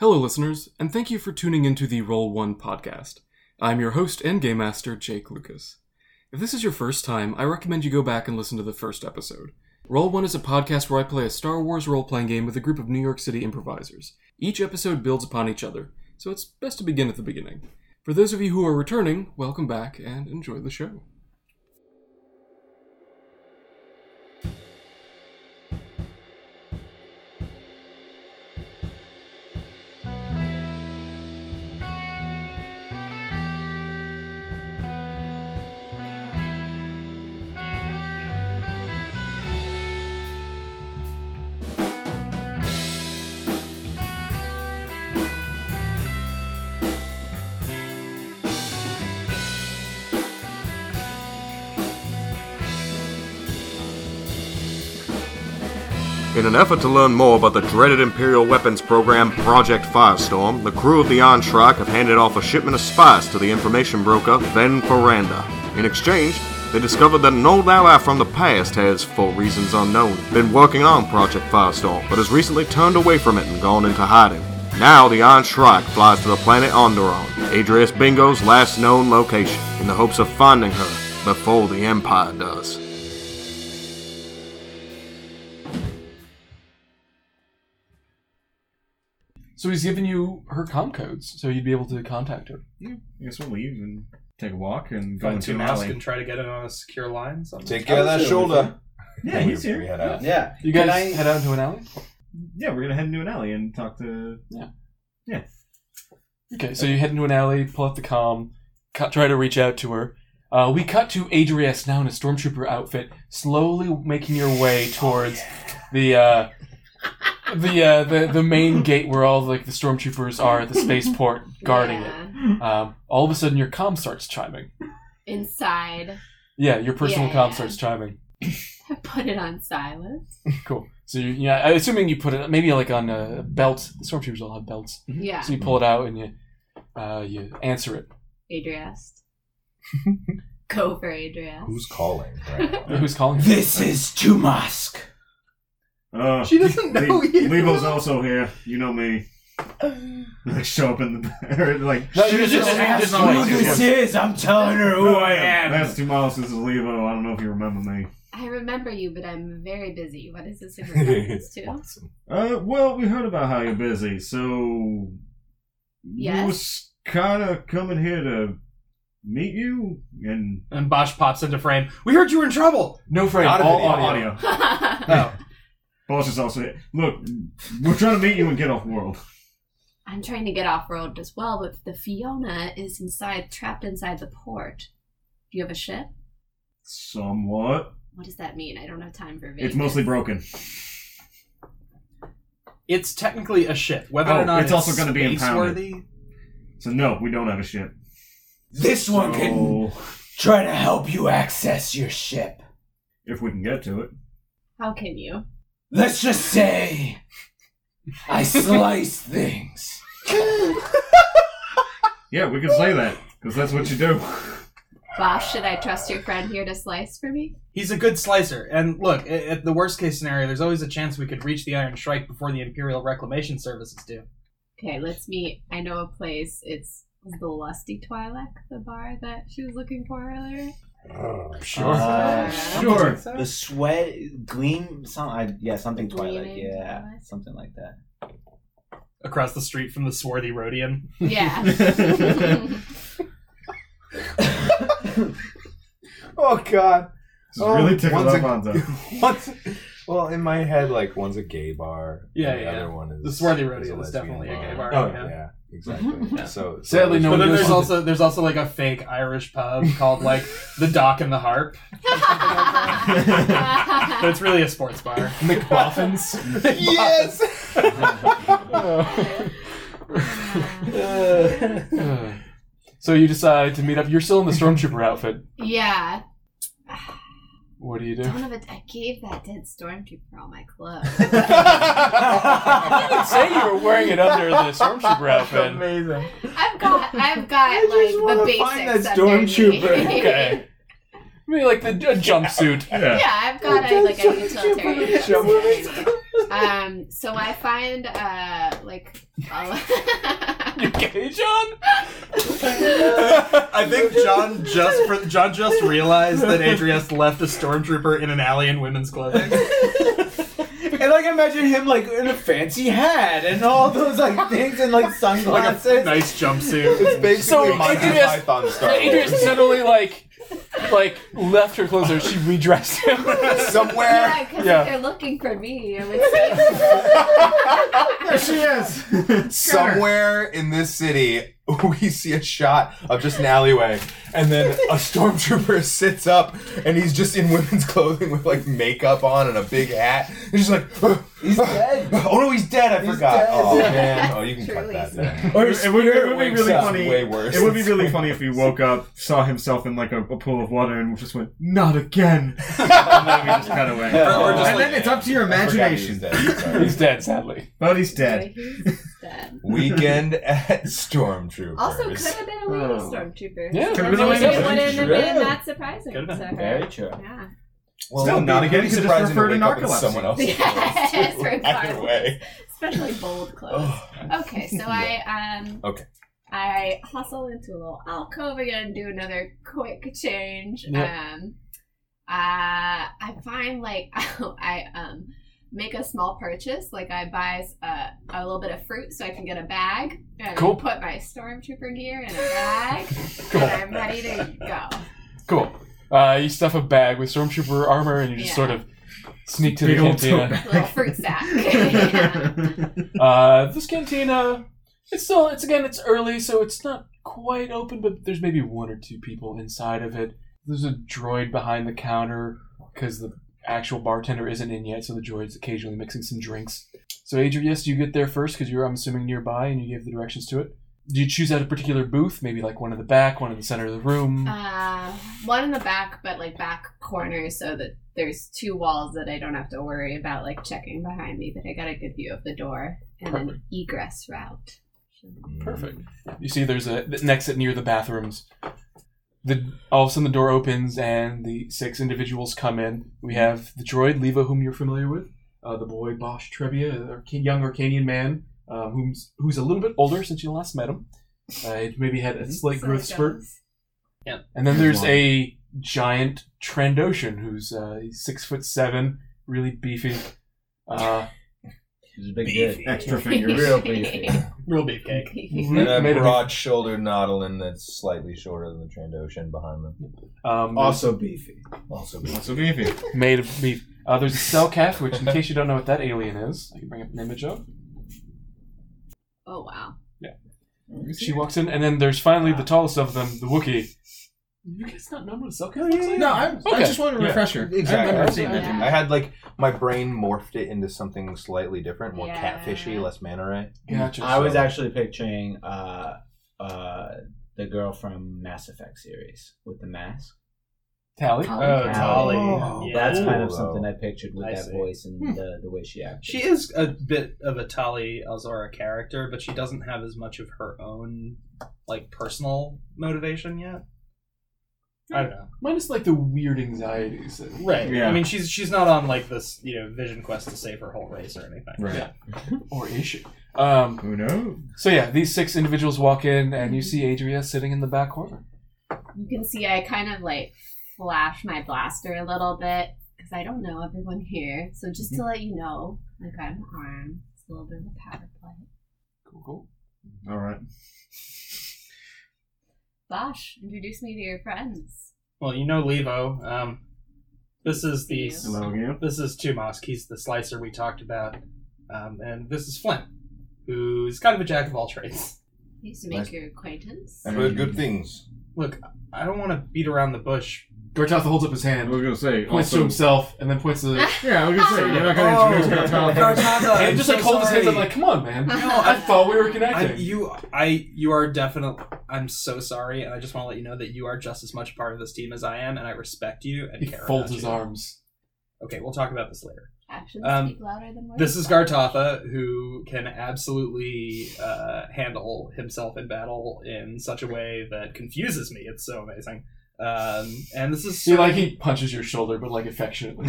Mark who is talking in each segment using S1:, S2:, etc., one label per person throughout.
S1: Hello, listeners, and thank you for tuning into the Roll One podcast. I'm your host and game master, Jake Lucas. If this is your first time, I recommend you go back and listen to the first episode. Roll One is a podcast where I play a Star Wars role playing game with a group of New York City improvisers. Each episode builds upon each other, so it's best to begin at the beginning. For those of you who are returning, welcome back and enjoy the show.
S2: In an effort to learn more about the dreaded Imperial weapons program Project Firestorm, the crew of the Anshrak have handed off a shipment of spies to the information broker Ven Ferranda. In exchange, they discovered that an old ally from the past has, for reasons unknown, been working on Project Firestorm, but has recently turned away from it and gone into hiding. Now the Anshrak flies to the planet Onderon, Adrius Bingo's last known location, in the hopes of finding her before the Empire does.
S1: So he's given you her com codes, so you'd be able to contact her.
S3: I guess we'll leave and take a walk and go
S4: Go
S3: into
S4: to
S3: an
S4: Musk
S3: alley.
S4: and try to get it on a secure line. Something.
S5: Take care of that shoulder.
S3: Yeah, he's here.
S5: head out.
S6: Yeah.
S1: You guys
S6: Can I-
S1: head out into an alley?
S3: Yeah, we're gonna head into an alley and talk to.
S1: Okay, so you head into an alley, pull out the comm, cut, try to reach out to her. Uh, we cut to Adrias now in a stormtrooper outfit, slowly making your way towards the uh, the, uh, the the main gate where all like the stormtroopers are at the spaceport guarding
S7: yeah.
S1: it. Um, all of a sudden, your comm starts chiming.
S7: Inside.
S1: Yeah, your personal comm
S7: Yeah.
S1: starts chiming.
S7: Put it on silent.
S1: Cool. So you, yeah, I- assuming you put it maybe like on a belt. Stormtroopers all have belts,
S7: Yeah.
S1: so you pull it out and you uh, you answer it.
S7: Adriast. Go for Adriast.
S5: Who's calling? Right now?
S1: Who's calling?
S6: This is Tumask.
S3: Uh,
S6: She doesn't know
S3: Le-
S6: you.
S3: Lebo's also here. You know me. Like show up in the or like.
S1: No, you just,
S6: Just
S1: you
S6: ask
S1: just
S3: not
S6: who
S3: like you.
S6: this is. I'm telling her who I am.
S3: That's Oh, two miles since Levo. I don't know if you remember me.
S7: I remember you, but I'm very busy. What is this in reference to?
S5: Awesome.
S3: Uh, well, we heard about how you're busy, so we
S7: Yes.
S3: was kind of coming here to meet you and
S4: And Bosch pops into frame. We heard you were in trouble.
S1: No frame.
S5: Not a
S1: all
S5: video.
S1: audio.
S3: audio.
S4: Oh,
S3: Boss is also here. Look, we're trying to meet you and get off world.
S7: I'm trying to get off road as well, but the Fiona is inside, trapped inside the port. Do you have a ship?
S3: Somewhat.
S7: What does that mean? I don't have time for
S3: It's
S7: vagueness.
S3: mostly broken.
S4: it's technically a ship. Whether
S3: Oh,
S4: or not
S3: it's also gonna be impounded.
S4: space-worthy-
S3: So no, we don't have a ship.
S6: This one can
S3: So,
S6: try to help you access your ship.
S3: if we can get to it.
S7: How can you?
S6: Let's just say I slice things.
S3: Yeah, we can say that because that's what you do.
S7: Bosh, should I trust your friend here to slice for me?
S4: He's a good slicer. And look, a- at the worst case scenario, there's always a chance we could reach the Iron Strike before the Imperial Reclamation Service is due.
S7: Okay, let's meet. I know a place. It's the Lusty Twi'lek, the bar that she was looking for earlier.
S5: Oh,
S1: Sure.
S6: Uh,
S3: Sure.
S6: The sweat gleam. Some. I, yeah. Something Twilight.
S7: Gleaming
S6: Yeah.
S7: Twilight.
S6: Something like that.
S4: Across the street from the swarthy Rhodian.
S7: Yeah. That's
S5: Oh God!
S3: This is really tickled
S5: one's a-
S3: Alfonso.
S5: What's well in my head? Like one's a gay bar.
S4: Yeah,
S5: and the
S4: yeah.
S5: Other one is
S4: The Swarthy
S5: is
S4: Rodeo
S5: a
S4: is
S5: lesbian
S4: definitely a gay bar,
S5: Oh
S4: yeah.
S5: yeah, exactly.
S4: Yeah.
S5: So
S1: Sadly, no one
S4: but then
S1: goes
S4: there's
S1: to-
S4: also there's also like a fake Irish pub called like the Dock and the Harp. But it's really a sports bar.
S1: McMuffins.
S5: Yes.
S1: so you decide to meet up. You're still in the stormtrooper outfit.
S7: yeah.
S1: What do you do?
S7: Don't have a, I gave that dead stormtrooper all my clothes.
S1: Say you were wearing it under the stormtrooper outfit.
S5: amazing.
S7: I've got, I've got
S5: I just
S7: like the
S5: wanna
S7: basics.
S5: find that
S7: underneath.
S5: stormtrooper.
S1: Okay. I mean, like the a jumpsuit.
S3: Yeah.
S7: yeah, I've got a, like a utilitarian. Um, so I find uh like a-
S4: okay, John?
S6: I
S4: I think John just for, John just realized that Adrius left a stormtrooper in an alley in women's clothing.
S6: And like imagine him like in a fancy hat and all those like things and like
S4: like
S6: sunglasses.
S4: a nice jumpsuit.
S5: basically
S8: So,
S5: Monty
S8: Adrius-
S5: Python Star Wars.
S8: Adrian suddenly like like left her clothes there. She redressed him.
S5: somewhere.
S7: yeah, because
S8: Yeah.
S7: if they're looking for me, I would say
S3: There she is.
S5: Somewhere in this city, we see a shot of just an alleyway, and then a stormtrooper sits up, and he's just in women's clothing with like makeup on and a big hat. And he's like,
S6: He's dead.
S5: Oh no, he's dead! I
S6: He's
S5: forgot.
S6: dead.
S5: Oh man, oh you can
S7: Truly.
S5: cut that. Then.
S6: Or
S3: It would, it would be
S5: wakes
S3: really
S5: up
S3: funny.
S5: way worse.
S3: It would be really funny if he woke up, saw himself in like a, a pool of water, and just went, "Not again!" and then we just cut away.
S6: Yeah. Or- or
S8: just
S3: and
S8: like-
S3: then it's up to your
S5: I forgot he was
S3: imagination.
S5: dead, sorry.
S8: He's dead, sadly.
S3: But he's
S7: dead.
S3: dead.
S7: dead.
S5: Weekend at Stormtroopers.
S7: Also, could have been a lady
S3: Oh.
S7: stormtrooper.
S8: Yeah,
S7: it
S8: could
S3: have been a
S7: wouldn't
S3: lady
S7: have been
S6: True.
S7: that surprising.
S4: Could have been.
S7: so-
S6: Very true.
S7: Yeah.
S5: well,
S3: Still, not again, you could
S5: Pretty
S3: just
S5: surprising
S3: refer to
S5: wake up in
S3: narcolepsy.
S5: Someone else.
S7: Yes,
S5: Either way.
S7: Especially bold clothes. Okay, so I um
S5: Okay.
S7: I hustle into a little alcove again, do another quick change.
S8: Yep.
S7: Um uh I find like I um make a small purchase, like I buy a, a little bit of fruit so I can get a bag and
S8: Cool.
S7: put my stormtrooper gear in a bag and I'm ready to go.
S8: Cool. Uh, you stuff a bag with stormtrooper armor, and you just
S7: Yeah.
S8: sort of sneak to the
S3: Big old
S8: cantina.
S3: tote
S7: Little fruit sack. Yeah.
S8: Uh, this cantina, it's still, it's again, it's early, so it's not quite open, but there's maybe one or two people inside of it. There's a droid behind the counter because the actual bartender isn't in yet, so the droid's occasionally mixing some drinks. So, Adrius, you get there first because you're, I'm assuming, nearby, and you gave the directions to it. Do you choose out a particular booth? Maybe like one in the back, one in the center of the room.
S7: Uh, one in the back, but like back corner, so that there's two walls that I don't have to worry about like checking behind me. But I got a good view of the door and an egress route.
S8: Perfect. You see, there's a an exit near the bathrooms. The all of a sudden the door opens and the six individuals come in. We have the droid Leva, whom you're familiar with, uh, the boy Bosch Trevia, a Arca- young Arcanian man, um, who's who's a little bit older since you last met him. Uh, it maybe had a slight growth spurt. And then there's a giant Trandoshan who's uh, he's six foot seven, really beefy. Uh,
S6: He's a big dude.
S3: Extra fingers.
S6: Real beefy.
S4: Real beefcake.
S8: Mm-hmm.
S5: And a
S8: made a-
S5: broad-shouldered Nautilin that's slightly shorter than the Trandoshan behind them.
S8: um,
S6: beefy.
S5: Also,
S3: So beefy.
S8: made of beef. Uh, there's a Cellcath, which, in case you don't know what that alien is, I can bring up an image of.
S7: oh wow!
S8: She walks in, and then there's finally the tallest of them, the Wookiee. You guys not know what a Cellcath looks like?
S3: No, I'm, I
S8: Okay.
S3: just wanted a
S8: Yeah.
S3: refresher.
S5: Exactly.
S3: I've never seen that.
S7: Yeah.
S5: I had like my brain morphed it into something slightly different, more
S7: Yeah.
S5: catfishy, less manta ray.
S8: Gotcha.
S5: I
S6: I
S5: was
S6: was actually picturing uh, uh, the girl from Mass Effect series with the mask.
S8: Tally.
S4: Oh, Tali.
S8: Oh,
S4: Yeah.
S6: That's kind of
S5: Ooh.
S6: something I pictured with
S4: I
S6: that
S4: see.
S6: voice and
S4: Hmm.
S6: the, the way she acted.
S4: She is a bit of a Tali Alzora character, but she doesn't have as much of her own like personal motivation yet. I don't know.
S8: Minus like the weird anxieties. that-
S4: Right.
S3: Yeah.
S4: I mean she's she's not on like this, you know, vision quest to save her whole race or anything.
S3: Right.
S8: Or is she? Um,
S3: Who knows?
S8: so yeah, these six individuals walk in, and you see Adria sitting in the back corner.
S7: You can see I kind of like flash my blaster a little bit because I don't know everyone here. So just to let you know, like I'm armed. It's a little bit of a power play.
S8: Cool, cool.
S3: All right.
S7: Bosh, introduce me to your friends.
S4: Well, you know Levo. Um, this is the
S3: Hello again.
S4: this is Tumosk. He's the slicer we talked about, um, and this is Flint, who's kind of a jack of all trades.
S7: Nice to make
S5: Nice.
S7: your acquaintance.
S5: I've heard good things.
S4: Look, I don't want to beat around the bush.
S8: Gortoth holds up his
S3: I
S8: hand,
S3: was gonna say.
S8: points
S3: also-
S8: to himself, and then points to the.
S3: Yeah, I was gonna say. You're not gonna introduce
S6: Oh.
S3: Gartana.
S8: and just like hold his hands up, like, come on, man. I thought we were
S4: I,
S8: connecting.
S4: you, I, you are definitely. I'm so sorry, and I just want to let you know that you are just as much part of this team as I am, and I respect you and
S8: He
S4: care.
S8: folds
S4: about
S8: his
S4: you.
S8: arms.
S4: Okay, we'll talk about this later.
S7: Actions
S4: Um,
S7: speak louder than words.
S4: This is Gartatha, who can absolutely uh, handle himself in battle in such a way that confuses me. It's so amazing. Um, and this is
S8: See, like he punches your shoulder, but like affectionately.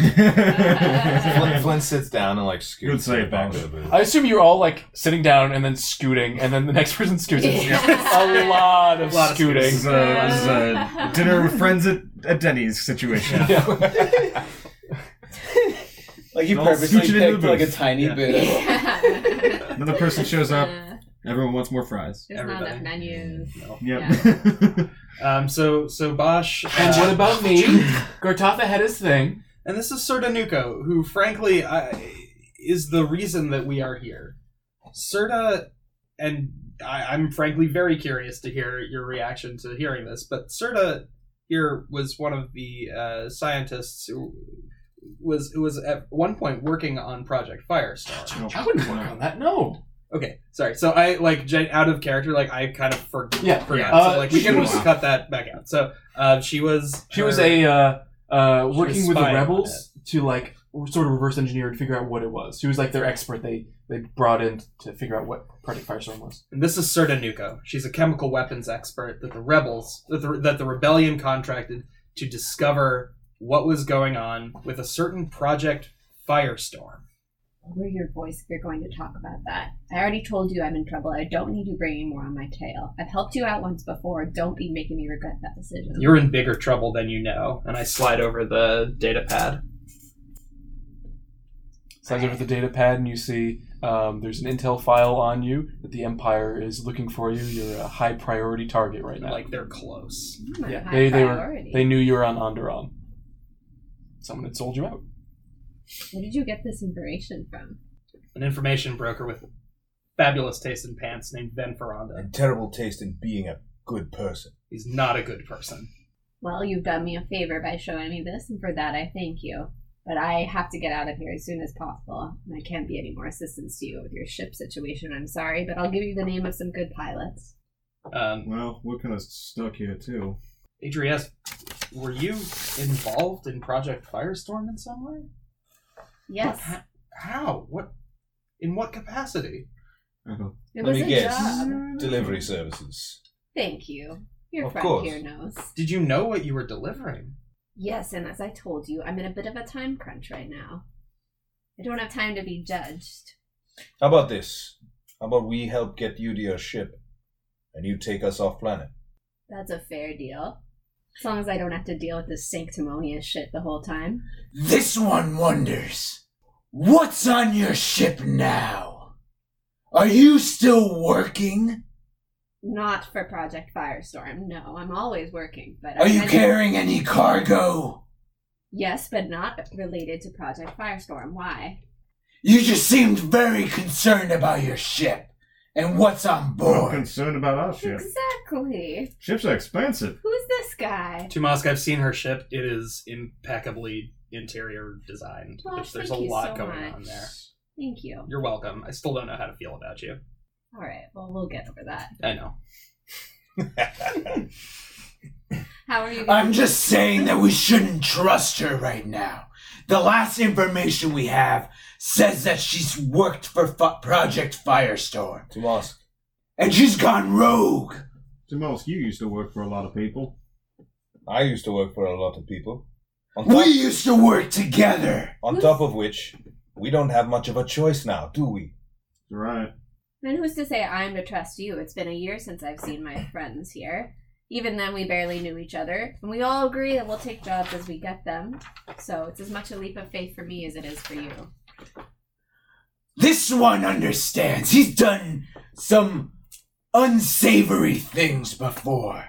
S5: Flint, Flint sits down and like scoots.
S3: Good save,
S5: back
S3: Max.
S5: a bit.
S8: I assume you're all like sitting down and then scooting, and then the next person scoots. It's a lot of
S4: A lot of
S8: scooting.
S3: This is a, this uh, is a dinner with friends at, at Denny's situation.
S6: Like you
S3: Don't
S6: purposely
S3: scooch it into
S6: picked
S3: the
S6: like a
S3: booth.
S6: tiny
S4: Yeah.
S6: bit. of-
S7: There's
S3: Another person shows up. Everyone wants more fries.
S7: not
S4: Everybody. Mm,
S7: enough menus.
S4: No.
S3: Yep.
S4: Um, so so Bosch uh,
S8: And what about me? Gartatha had his thing.
S4: and this is Serdanuko, who frankly I, is the reason that we are here. Serta, and I, I'm frankly very curious to hear your reaction to hearing this, but Serta here was one of the uh, scientists who was who was at one point working on Project Firestar.
S8: I wouldn't work on that. No.
S4: Okay, sorry. So I like gen- out of character, like I kind of for-
S8: Yeah,
S4: forgot.
S8: yeah.
S4: so like
S8: Uh,
S4: we
S8: she
S4: can
S8: was-
S4: cut that back out. So uh, she was
S8: She was
S4: her-
S8: a uh, uh, working with the
S4: spying on
S8: rebels to like sort of reverse engineer and figure out what it was. She was like their expert. They they brought in to figure out what Project Firestorm was.
S4: And this is Serta Nuko. She's a chemical weapons expert that the rebels, that the, that the rebellion contracted to discover what was going on with a certain project Firestorm.
S7: We're Mm. your voice if you're going to talk about that. I already told you I'm in trouble. I don't need you bringing more on my tail. I've helped you out once before. Don't be making me regret that decision.
S4: You're in bigger trouble than you know. And I slide over the data pad.
S8: Slides over the data pad, and you see um, there's an intel file on you that the Empire is looking for you. You're a high priority target right now.
S4: Like they're close.
S7: I'm on
S8: yeah,
S7: high
S8: they they were
S7: priority.
S8: they knew you were on Onderon. Someone had sold you out.
S7: Where did you get this information from?
S4: An information broker with fabulous taste in pants named Ben Ferranda.
S5: And terrible taste in being a good person.
S4: He's not a good person.
S7: Well, you've done me a favor by showing me this, and for that I thank you. But I have to get out of here as soon as possible, and I can't be any more assistance to you with your ship situation. I'm sorry, but I'll give you the name of some good pilots.
S4: Um,
S3: Well, we're kind of stuck here too.
S4: Adrias, were you involved in Project Firestorm in some way?
S7: Yes,
S4: What- How? What? In what capacity?
S3: I go,
S7: it
S5: Let
S7: was
S5: me
S7: a
S5: guess.
S7: job.
S5: Delivery services.
S7: Thank you. Your
S5: Of
S7: friend
S5: course.
S7: here knows.
S4: Did you know what you were delivering?
S7: Yes, and as I told you, I'm in a bit of a time crunch right now. I don't have time to be judged.
S5: How about this? How about we help get you to your ship, and you take us off planet?
S7: That's a fair deal. As long as I don't have to deal with this sanctimonious shit the whole time.
S6: This one wonders, what's on your ship now? Are you still working?
S7: Not for Project Firestorm. No, I'm always working, but
S6: Are
S7: I'm
S6: you
S7: kind of-
S6: carrying any cargo?
S7: Yes, but not related to Project Firestorm. Why?
S6: You just seemed very concerned about your ship and what's on
S3: I'm
S6: board.
S3: concerned about our ship.
S7: Exactly.
S3: Ships are expensive.
S7: Who's this guy?
S4: Tumask, I've seen her ship. It is impeccably interior designed.
S7: Well,
S4: There's- There's a
S7: thank you
S4: lot
S7: so
S4: going on
S7: much.
S4: there.
S7: Thank you.
S4: You're welcome. I still don't know how to feel about you.
S7: All right. Well, we'll get over that.
S4: I know.
S7: How are you?
S6: I'm just saying that we shouldn't trust her right now. The last information we have says that she's worked for F- Project Firestorm
S5: To mosque.
S6: and she's gone rogue.
S3: Demosk, you used to work for a lot of people.
S5: I used to work for a lot of people. On top,
S6: We used to work together.
S5: on top of which, we don't have much of a choice now, do we?
S3: Right.
S7: Then who's to say I'm to trust you? It's been a year since I've seen my friends here. Even then, we barely knew each other, and we all agree that we'll take jobs as we get them. So it's as much a leap of faith for me as it is for you.
S6: This one understands. He's done some unsavory things before.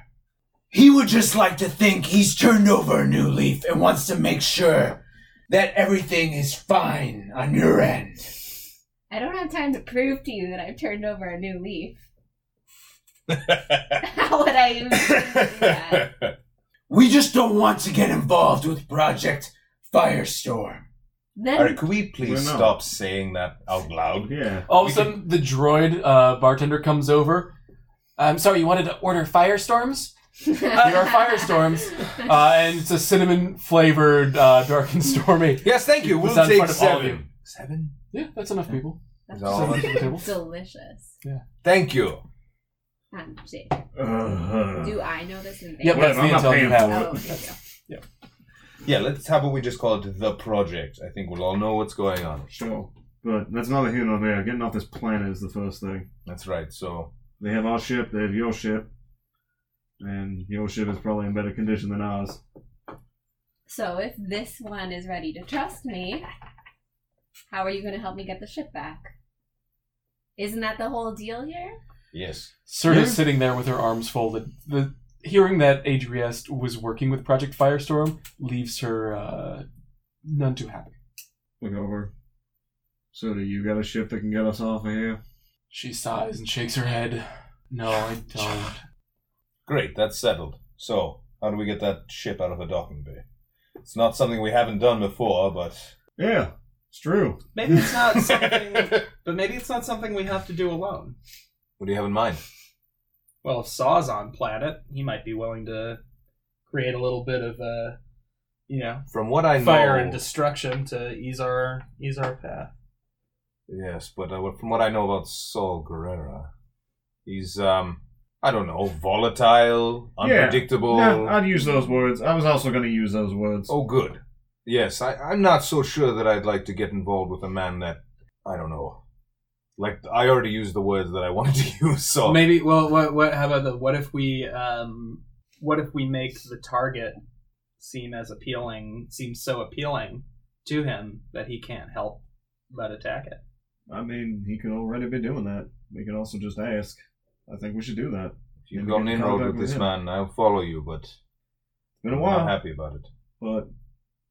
S6: He would just like to think he's turned over a new leaf and wants to make sure that everything is fine on your end.
S7: I don't have time to prove to you that I've turned over a new leaf. How would I even do that?
S6: We just don't want to get involved with Project Firestorm.
S7: Then
S5: All right, could we please
S3: We're not.
S5: stop saying that out loud?
S3: Yeah.
S8: All of a
S5: We
S8: sudden, the droid uh, bartender comes over. I'm sorry, you wanted to order firestorms? Here are firestorms, uh, and it's a cinnamon flavored uh, dark and stormy.
S5: Yes, thank you.
S8: It's
S5: We'll
S8: on
S5: take
S8: front of all of you.
S5: seven. Seven?
S8: Yeah, that's enough people.
S7: That's
S5: Is that all
S8: of it?
S7: delicious.
S5: Thank you.
S7: Um, see.
S3: Uh,
S7: Do I know this in advance?
S8: Yep, that's
S3: Whatever,
S8: the
S3: I'm not
S8: intel you
S3: paying
S8: have.
S7: Oh, okay, yeah.
S5: Yeah, let's. How about we just call it the project? I think we'll all know what's going on.
S3: sure. But that's neither here nor there. Getting off this planet is the first thing.
S5: That's right. So
S3: They have our ship, they have your ship. And your ship is probably in better condition than ours.
S7: So if this one is ready to trust me, how are you going to help me get the ship back? Isn't that the whole deal here?
S5: yes,
S8: Serta's
S3: Yeah.
S8: sitting there with her arms folded. The hearing that Adriest was working with Project Firestorm leaves her uh, none too happy.
S3: Look over. So do you got a ship that can get us off of here?
S8: She sighs and shakes her head. No, I don't.
S5: great. That's settled. So how do we get that ship out of the docking bay? It's not something we haven't done before, but
S3: Yeah, it's true.
S4: Maybe it's not something,
S5: what
S4: but maybe it's not something we have to do alone.
S5: do you have in mind?
S4: Well, if Saw's on planet, he might be willing to create a little bit of uh, you know,
S5: From what I know,
S4: fire and destruction to ease our ease our path.
S5: Yes, but uh, from what I know about Saul Guerrera, he's um, I don't know, volatile,
S3: Yeah.
S5: unpredictable.
S3: Nah, I'd use those words. I was also going to use those words.
S5: Oh, good. Yes, I, I'm not so sure that I'd like to get involved with a man that I don't know. Like I already used the words that I wanted to use, so
S4: Maybe. Well, what? What? How about the? What if we? Um, what if we make the target seem as appealing? Seem so appealing to him that he can't help but attack it.
S3: I mean, he could already be doing that. We could also just ask. I think we should do that.
S5: if you've
S3: maybe
S5: got an
S3: get in
S5: inroad
S3: contact
S5: with
S3: with
S5: this
S3: him.
S5: man. I'll follow you, but
S3: Been a
S5: I'm
S3: while,
S5: not happy about it.
S3: but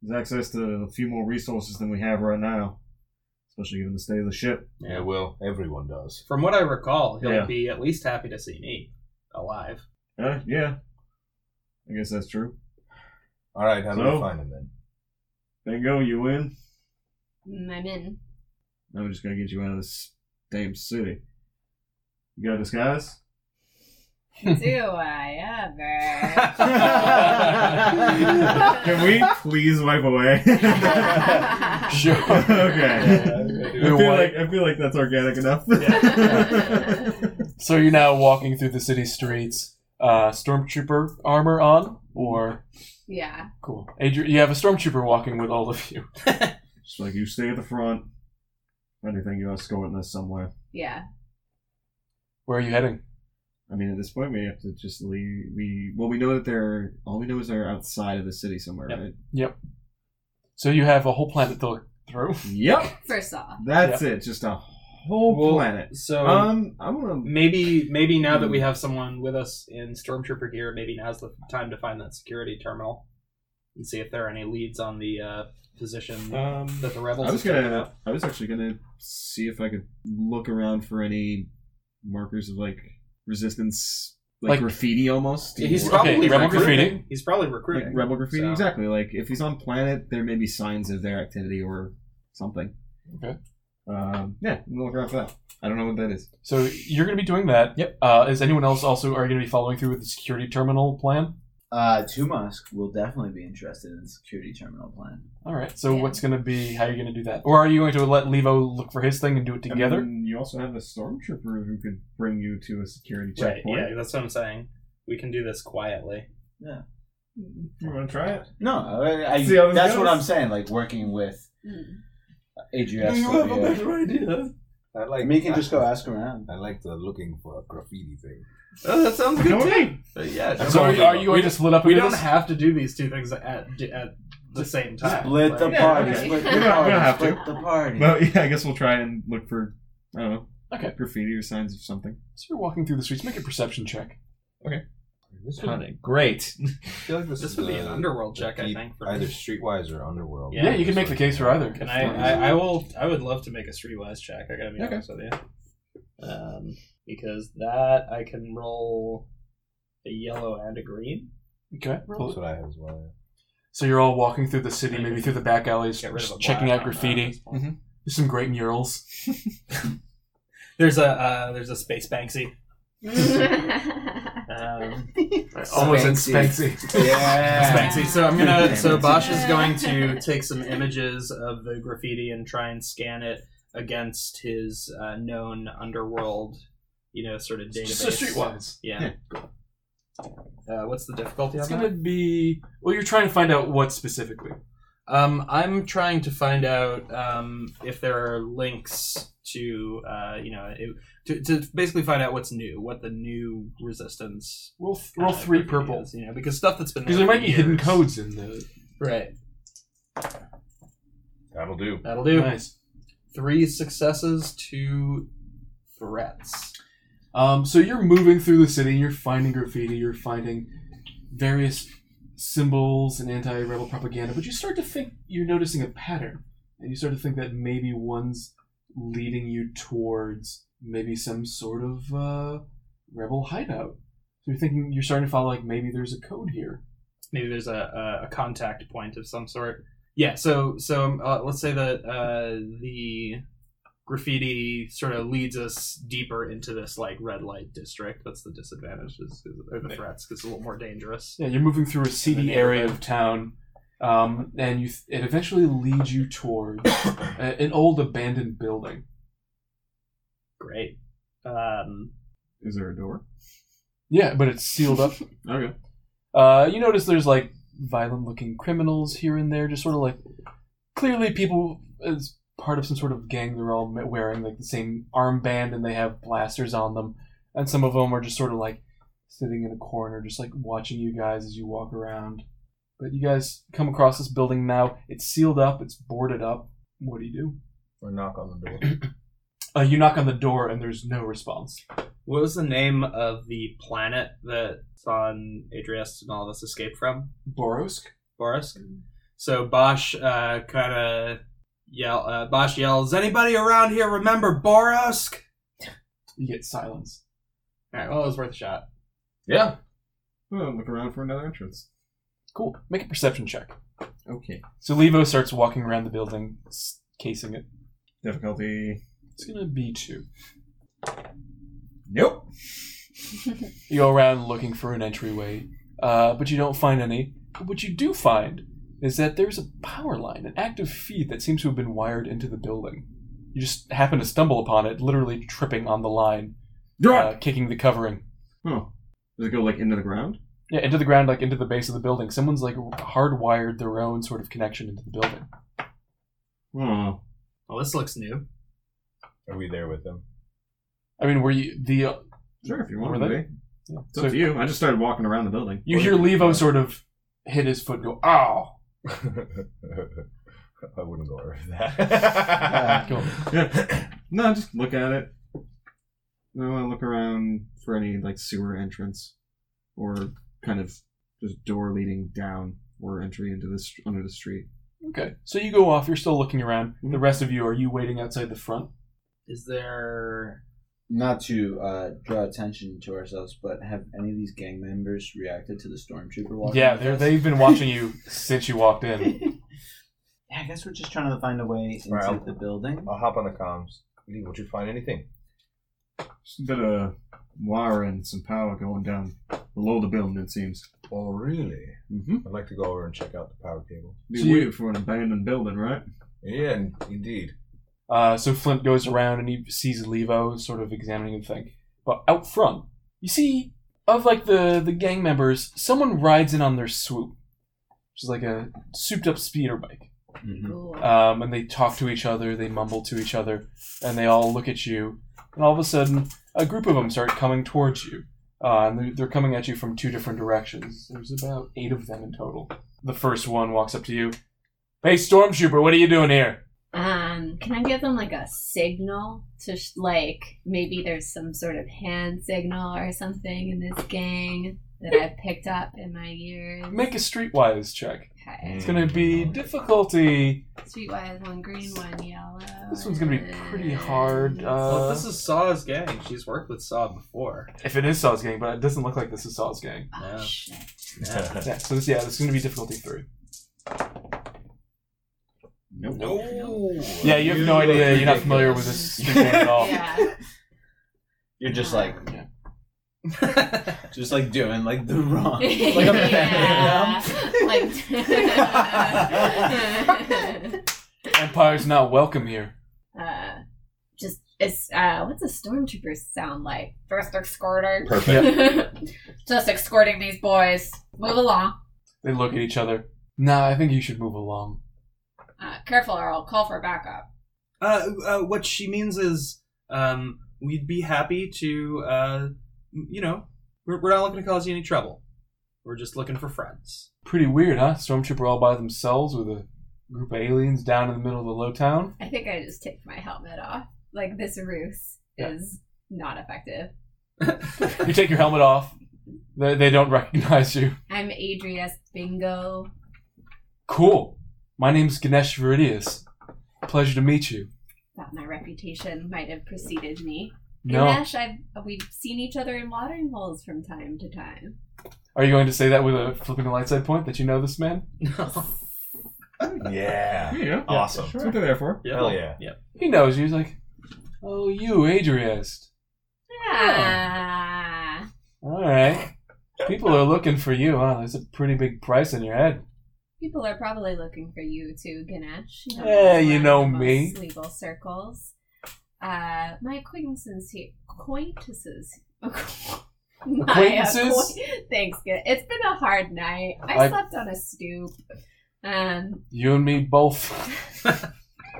S3: there's access to a few more resources than we have right now, especially given the state of the ship.
S5: Yeah, well, everyone does.
S4: From what I recall, he'll
S3: Yeah.
S4: be at least happy to see me alive.
S3: Uh, yeah, I guess that's true.
S5: All right, how do
S3: So?
S5: we find him then?
S3: Bingo, you win.
S7: Mm, I'm in.
S3: Now we just got to get you out of this damn city. You got a disguise?
S7: Do I
S3: Can we please wipe away?
S7: ever?
S8: Sure.
S3: okay. I
S8: You're
S3: feel like
S8: white.
S3: I feel like that's organic enough.
S8: So you're now walking through the city streets, uh, stormtrooper armor on, or
S7: yeah.
S8: cool. Adri- you have a stormtrooper walking with all of you.
S3: Just like you stay at the front. If anything, you escort this somewhere.
S7: Yeah.
S8: Where are you heading?
S3: I mean, at this point, we have to just leave. We well, we know that they're all we know is they're outside of the city somewhere,
S4: Yep.
S3: right?
S8: So you have a whole planet to look through.
S3: Yep,
S7: First off.
S3: that's it. Just a whole
S4: Well,
S3: planet.
S4: So
S3: Um, hmm. I'm gonna.
S4: maybe maybe now that we have someone with us in stormtrooper gear, maybe now's the time to find that security terminal and see if there are any leads on the uh, position
S3: Um,
S4: that the rebels.
S3: I was
S4: have taken
S3: gonna.
S4: up.
S3: I was actually gonna see if I could look around for any markers of like resistance, like,
S8: Like-
S3: graffiti almost.
S4: He's
S3: or-
S4: probably
S8: rebel
S4: recruiting.
S8: graffiti.
S4: He's probably
S3: like
S4: recruiting.
S3: rebel graffiti.
S4: so-
S3: Exactly. Like if he's on planet, there may be signs of their activity or something.
S8: Okay.
S3: Um, yeah, I'm gonna look around for that. I don't know what that is.
S8: So you're going to be doing that. Yep. Uh, is anyone else also are you going to be following through with the security terminal plan?
S9: Uh, Tumask will definitely be interested in the security terminal plan.
S8: All right. So
S7: Yeah.
S8: what's going to be? How are you going to do that? Or are you going to let Levo look for his thing and do
S4: Um,
S8: it together?
S3: I mean, you also have a stormtrooper who could bring you to a security
S4: Right.
S3: checkpoint.
S4: Yeah, that's what I'm saying. We can do this quietly.
S3: You want to try it?
S9: No, I, I,
S3: See how this
S9: that's what
S3: goes?
S9: I'm saying. Like working with
S7: Mm.
S9: Adrias.
S8: idea.
S5: I like.
S9: We can just go ask around.
S5: I like the looking for a graffiti thing.
S4: Oh, that sounds Uh,
S3: Go with me.
S4: yeah.
S8: So are you, are you going to split up?
S4: We
S8: into
S4: don't
S8: this?
S4: have to do these two things at at the same time.
S9: Split the
S4: Like,
S3: Yeah,
S9: party.
S7: okay.
S9: Split the
S7: We don't- we
S3: don't
S9: party.
S3: have to.
S9: Split the party.
S3: Well, yeah, I guess we'll try and look for I don't know,
S8: Okay.
S3: graffiti or signs of something.
S8: So you're walking through the streets. Make a perception check.
S5: This would-
S10: Kinda Great.
S5: I feel like this,
S4: This
S5: is
S4: would be
S5: Uh, the-
S4: an underworld check, I
S5: deep-
S4: think. For
S5: Either
S4: me.
S5: Streetwise or Underworld.
S8: Yeah, you can make the case for either.
S4: And I, I, I will. I would love to make a streetwise check. I gotta be honest with you, um, because that I can roll a yellow and a green.
S8: Okay.
S5: That's what I have as well.
S8: So you're all walking through the city, maybe through the back alleys,
S4: Get rid of a
S8: just checking
S4: black
S8: out
S4: on that at
S8: graffiti. Mm-hmm.
S4: this point.
S8: There's some great murals.
S4: There's a uh, there's a space Banksy. Um,
S8: Almost in
S9: Spanksy.
S8: Spanksy.
S9: Yeah.
S4: Banksy. So I'm gonna. So
S3: Banksy.
S4: Bosch is going to take some images of the graffiti and try and scan it against his uh, known underworld you know, sort of database.
S8: Just a streetwise.
S4: Yeah. Uh, what's the difficulty on
S8: It's
S4: that?
S8: gonna be well. You're trying to find out what specifically.
S4: Um, I'm trying to find out um, if there are links to, uh, you know, it, to, to basically find out what's new, what the new resistance.
S8: Roll, th- roll
S4: kinda
S8: three
S4: is,
S8: purple
S4: you know, because stuff that's been
S8: because
S4: there
S8: there
S4: for
S8: might be hidden
S4: years.
S8: codes in the.
S4: Right,
S5: That'll do.
S4: that'll do.
S8: Nice.
S4: Three successes, two threats.
S8: Um, so you're moving through the city, you're finding graffiti, you're finding various symbols and anti-rebel propaganda, but you start to think you're noticing a pattern, and you start to think that maybe one's leading you towards maybe some sort of uh, rebel hideout. So you're thinking you're starting to follow like maybe there's a code here.
S4: Maybe there's a, a, a contact point of some sort. Yeah. So so uh, let's say that uh, the graffiti sort of leads us deeper into this like red light district. That's the disadvantage is, is or the threats because it's a little more dangerous.
S8: Yeah, you're moving through a seedy
S4: neighborhood.
S8: area of town, um, and you th- it eventually leads you toward a- an old abandoned building.
S4: Great. Um,
S3: Is there a door?
S8: Yeah, but it's sealed up.
S3: Okay.
S8: Uh, you notice there's like violent looking criminals here and there, just sort of like clearly people as part of some sort of gang. They're all ma- wearing like the same armband and they have blasters on them, and some of them are just sort of like sitting in a corner, just like watching you guys as you walk around. But you guys come across this building now. It's sealed up. It's boarded up. What do you do?
S5: Or knock on the door.
S8: Uh, you knock on the door and there's no response.
S4: what was the name of the planet that Son, Adrias, and all of us escaped from?
S8: Borosk.
S4: Boris.
S9: Mm-hmm.
S4: So Bosch uh, kind of yell. Uh, Bosch yells, "Anybody around here remember Borosk?"
S8: You get silence.
S4: All right. Well, it was worth a shot.
S5: yeah.
S3: Well, look around for another entrance.
S8: Cool. Make a perception check.
S3: Okay.
S8: So Levo starts walking around the building, s- casing it.
S3: Difficulty.
S8: It's gonna be two.
S5: Nope.
S8: You go around looking for an entryway, uh, but you don't find any. But what you do find is that there's a power line, an active feed that seems to have been wired into the building. You just happen to stumble upon it, literally tripping on the line, uh, kicking the covering.
S3: Oh. Does it go like into the ground?
S8: Yeah, into the ground, like into the base of the building. Someone's like hardwired their own sort of connection into the building.
S3: Oh.
S4: Well, this looks new.
S5: Are we there with them?
S8: I mean, were you the?
S3: Sure, if you want
S8: Were
S3: to
S8: they-
S3: be.
S8: Yeah.
S3: It's
S8: So
S3: up to you. I just started walking around the building.
S8: you hear Levo sort of hit his foot, go ow,
S5: I wouldn't go over that.
S8: go.
S3: Yeah. no, just look at it. No, I look around for any like sewer entrance or kind of just door leading down or entry into this under the street.
S8: Okay. So you go off, you're still looking around. The rest of you, are you waiting outside the front?
S4: Is there?
S9: Not to uh, draw attention to ourselves, but have any of these gang members reacted to the stormtrooper walking?
S8: yeah,
S9: with
S8: they're,
S9: us?
S8: they've been watching you since you walked in.
S9: yeah, I guess we're just trying to find a way into
S5: Right, I'll-
S9: the building.
S5: I'll hop on the comms. Lee, would you find anything?
S3: Just a bit of wire and some power going down below the building, it seems.
S5: Oh, really?
S3: Mm-hmm.
S5: I'd like to go over and check out the power cable.
S3: Be
S8: So you-
S3: weird for an abandoned building, right?
S5: Yeah, in- indeed.
S8: Uh, so Flint goes around and he sees Levo sort of examining the thing. But out front, you see, of like the, the gang members, someone rides in on their swoop, which is like a souped up speeder bike.
S9: Mm-hmm.
S7: Cool.
S8: um, and they talk to each other, they mumble to each other, and they all look at you. And all of a sudden, a group of them start coming towards you. Uh, and they're, they're coming at you from two different directions. There's about eight of them in total. The first one walks up to you. Hey, Stormtrooper, what are you doing here?
S7: Um, can I give them like a signal to sh- like maybe there's some sort of hand signal or something in this gang that I've picked up in my years?
S8: Make a streetwise check.
S7: Okay.
S8: It's going to be difficulty.
S7: Streetwise, one green, one yellow.
S8: This one's gonna be pretty hard, uh,
S4: well, if this is Saw's gang. She's worked with Saw before.
S8: If it is Saw's gang, but it doesn't look like this is Saw's gang.
S7: oh,
S4: no.
S7: shit.
S8: Yeah, so this, yeah, this is going to be difficulty three.
S3: Nope.
S4: No.
S8: Yeah, you have no idea. You're not familiar with this street gang at all.
S7: Yeah.
S9: You're just like,
S8: Yeah.
S9: just like doing like the wrong, like
S7: yeah.
S9: a yeah.
S7: Like.
S8: Empire's not welcome here.
S7: uh, just It's uh, what's a stormtrooper sound like? First escorter.
S5: Perfect.
S7: Just escorting these boys. Move along.
S8: They look at each other. Nah, I think you should move along.
S7: Uh, careful, or I'll call for backup.
S4: Uh, uh, what she means is, um, we'd be happy to, uh, m- you know, we're, we're not looking to cause you any trouble. We're just looking for friends.
S8: Pretty weird, huh? Stormtrooper all by themselves with a group of aliens down in the middle of the low town.
S7: I think I just tipped my helmet off. Like this ruse is not effective.
S8: You take your helmet off. They, they don't recognize you.
S7: I'm Adrias Bingo.
S8: Cool. My name's Ganesh Viridius. Pleasure to meet you.
S7: Thought my reputation might have preceded me.
S8: No.
S7: Ganesh, I've, we've seen each other in watering holes from time to time.
S8: Are you going to say that with a flipping a light side point that you know this man?
S3: There
S5: Yeah.
S3: you go.
S5: Awesome.
S3: That's what they're there for.
S5: Hell yeah.
S8: He knows you. He's like, oh, you, Adriast.
S7: Ah,
S8: All right. People are looking for you, huh? There's a pretty big price on your head.
S7: people are probably looking for you too, Ganesh. You
S8: Yeah,
S7: that's
S8: you
S7: one
S8: know
S7: of the
S8: me.
S7: most Legal circles. Uh, my acquaintances here. Acquaintances. My
S8: Acquaintances?
S7: acquaint- Thanks, Gan- It's been a hard night. I,
S8: I-
S7: slept on a stoop. Um,
S8: You and me both.
S7: I've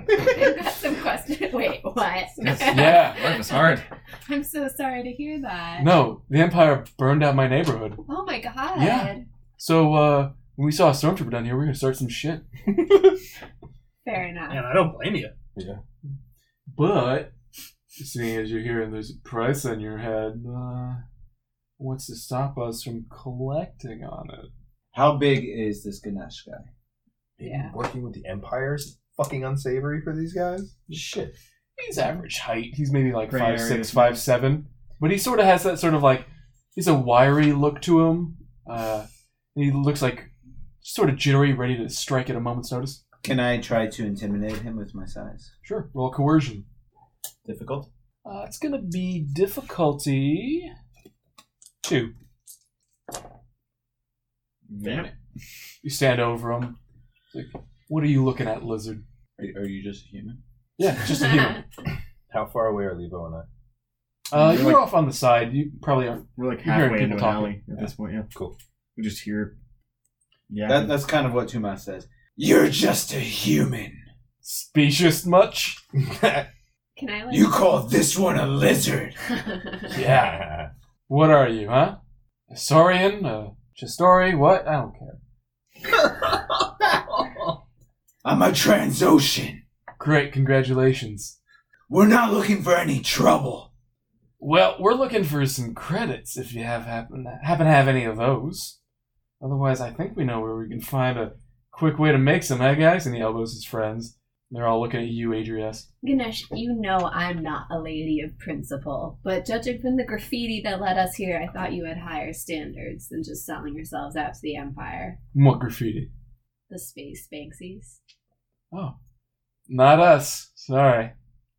S7: got some questions. Wait, what?
S8: Yeah.
S3: Life is hard.
S7: I'm so sorry to hear that.
S8: No, the Empire burned out my neighborhood.
S7: Oh my god.
S8: Yeah. So, uh, when we saw a stormtrooper down here, we are gonna start some shit.
S7: Fair enough.
S4: And I don't blame you.
S8: But, seeing as you're here and there's a price on your head, uh, what's to stop us from collecting on it?
S9: How big is this Ganesh guy?
S7: Yeah.
S5: Working with the Empire's fucking unsavory for these guys? Shit.
S8: He's average height. He's maybe like
S3: Gray
S8: five
S3: area.
S8: six, five seven. But he sort of has that sort of like he's a wiry look to him. Uh, and he looks like sort of jittery, ready to strike at a moment's notice.
S9: Can I try to intimidate him with my size?
S8: Sure. Roll coercion.
S9: Difficult.
S8: Uh, it's gonna be difficulty two.
S3: Damn it.
S8: You stand over him. It's like, what are you looking at, lizard?
S9: Are, are you just a human?
S8: Yeah, just a human.
S5: How far away are Levo and I?
S8: Uh, you're off on the side. You probably aren't.
S3: We're like
S8: You're hearing
S3: halfway into an
S8: people talking.
S3: alley at this point. Yeah.
S5: Cool.
S3: We just hear. Yeah.
S9: That, that's kind of what Tumas says.
S6: You're just a human.
S8: Specious much?
S7: Can I like
S6: You call this one a lizard.
S5: Yeah.
S8: What are you, huh? A Saurian? A Chistori? What? I don't care.
S6: I'm a transocean.
S8: Great, congratulations.
S6: We're not looking for any trouble.
S8: Well, we're looking for some credits if you have happen happen to have any of those. Otherwise, I think we know where we can find a quick way to make some, eh, guys? And he elbows his friends. They're all looking at you, Adrias.
S7: Ganesh, you know I'm not a lady of principle, but judging from the graffiti that led us here, I thought you had higher standards than just selling yourselves out to the Empire.
S8: What graffiti?
S7: The space Banksies.
S8: Oh, not us. Sorry.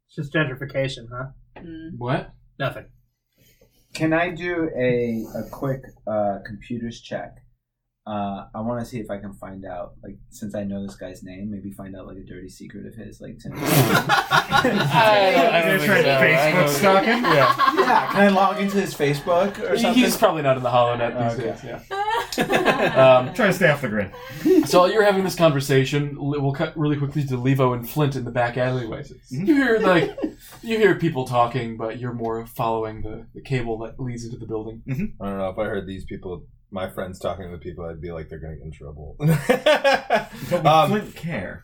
S4: It's just gentrification, huh?
S7: Mm.
S8: What?
S4: Nothing.
S9: Can I do a, a quick uh, computers check? Uh, I want to see if I can find out, like, since I know this guy's name, maybe find out like a dirty secret of his, like Tim.
S8: I
S3: They're trying to Facebook stalking.
S9: yeah, can I log into his Facebook or something?
S8: He's probably not in the hollow net these
S9: Okay.
S8: days. Yeah. Um,
S3: Trying to stay off the grid.
S8: So while you're having this conversation, li- we'll cut really quickly to Levo and Flint in the back alleyways. You hear like you hear people talking, but you're more following the, the cable that leads into the building.
S5: I don't know. If I heard these people, my friends talking to people, I'd be like, they're going to get in trouble.
S3: Don't
S5: Um,
S3: Flint care.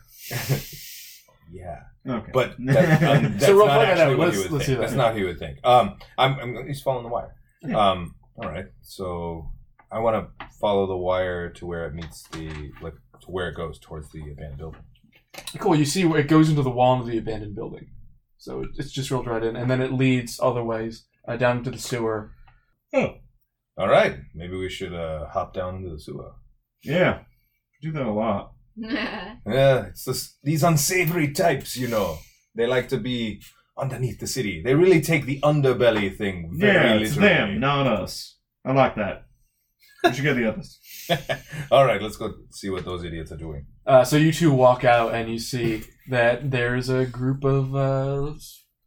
S5: yeah.
S3: Okay.
S5: But that, um, that's
S8: So real
S5: not
S8: quick,
S5: actually
S8: uh,
S5: what
S8: let's-
S5: he
S8: let's
S5: would think.
S8: hear that.
S5: That's not what he would think. Um, I'm, I'm he's following the wire. Um, all right. So I want to follow the wire to where it meets the like to where it goes towards the abandoned building.
S8: Cool. You see where it goes into the wall of the abandoned building. So it- it's just reeled right in, and then it leads other ways uh, down into the sewer.
S5: All right. Maybe we should uh, hop down into the sewer.
S3: yeah. Do that a lot.
S5: Yeah, it's this, these unsavory types, you know. They like to be underneath the city. They really take the underbelly thing very
S3: yeah,
S5: literally.
S3: it's them, not us. I like that. We should get the others.
S5: All right, let's go see what those idiots are doing.
S8: Uh, so you two walk out, and you see that there's a group of uh,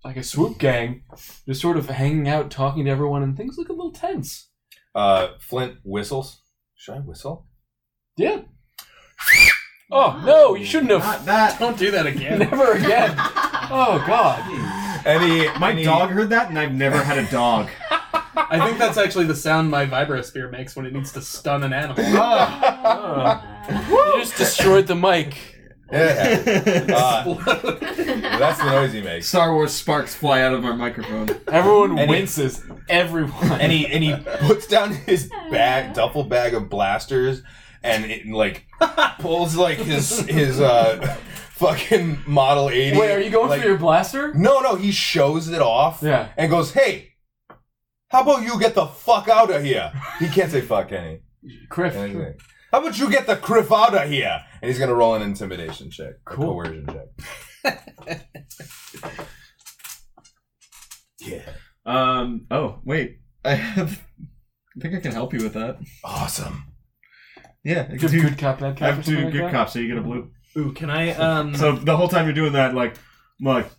S8: like a swoop gang, just sort of hanging out, talking to everyone, and things look a little tense.
S5: Uh, Flint whistles. Should I whistle?
S8: Yeah. Oh no, you shouldn't have.
S3: Not that.
S4: Don't do that again.
S8: Never again. Oh god.
S5: Any
S3: My
S5: any-
S3: dog heard that, and I've never had a dog.
S4: I think that's actually the sound my vibrosphere makes when it needs to stun an animal.
S5: Ah.
S8: You just destroyed the mic.
S5: Yeah. Uh, that's the noise he makes.
S3: Star Wars sparks fly out of our microphone.
S8: Everyone
S5: Any-
S8: winces. Everyone.
S5: And he and he puts down his bag duffel bag of blasters and it like pulls like his his uh fucking model eighty.
S8: Wait, are you going
S5: like-
S8: for your blaster?
S5: No, no, he shows it off
S8: Yeah.
S5: and goes, Hey, how about you get the fuck out of here? He can't say fuck any.
S8: Criff.
S5: anything. How about you get the criff out of here? And he's gonna roll an intimidation check. a
S8: Cool.
S5: coercion check. yeah.
S3: Um. Oh, wait. I have. I think I can help you with that.
S5: Awesome.
S3: Yeah. I
S8: Do
S3: do-
S8: good cop, bad
S3: I
S8: cop. or
S3: have
S8: something
S3: two
S8: like
S3: good
S8: that?
S3: cops, so you get a blue.
S4: Ooh, can I? Um,
S3: So
S8: Mm-hmm.
S3: the whole time you're doing that, like, I'm like,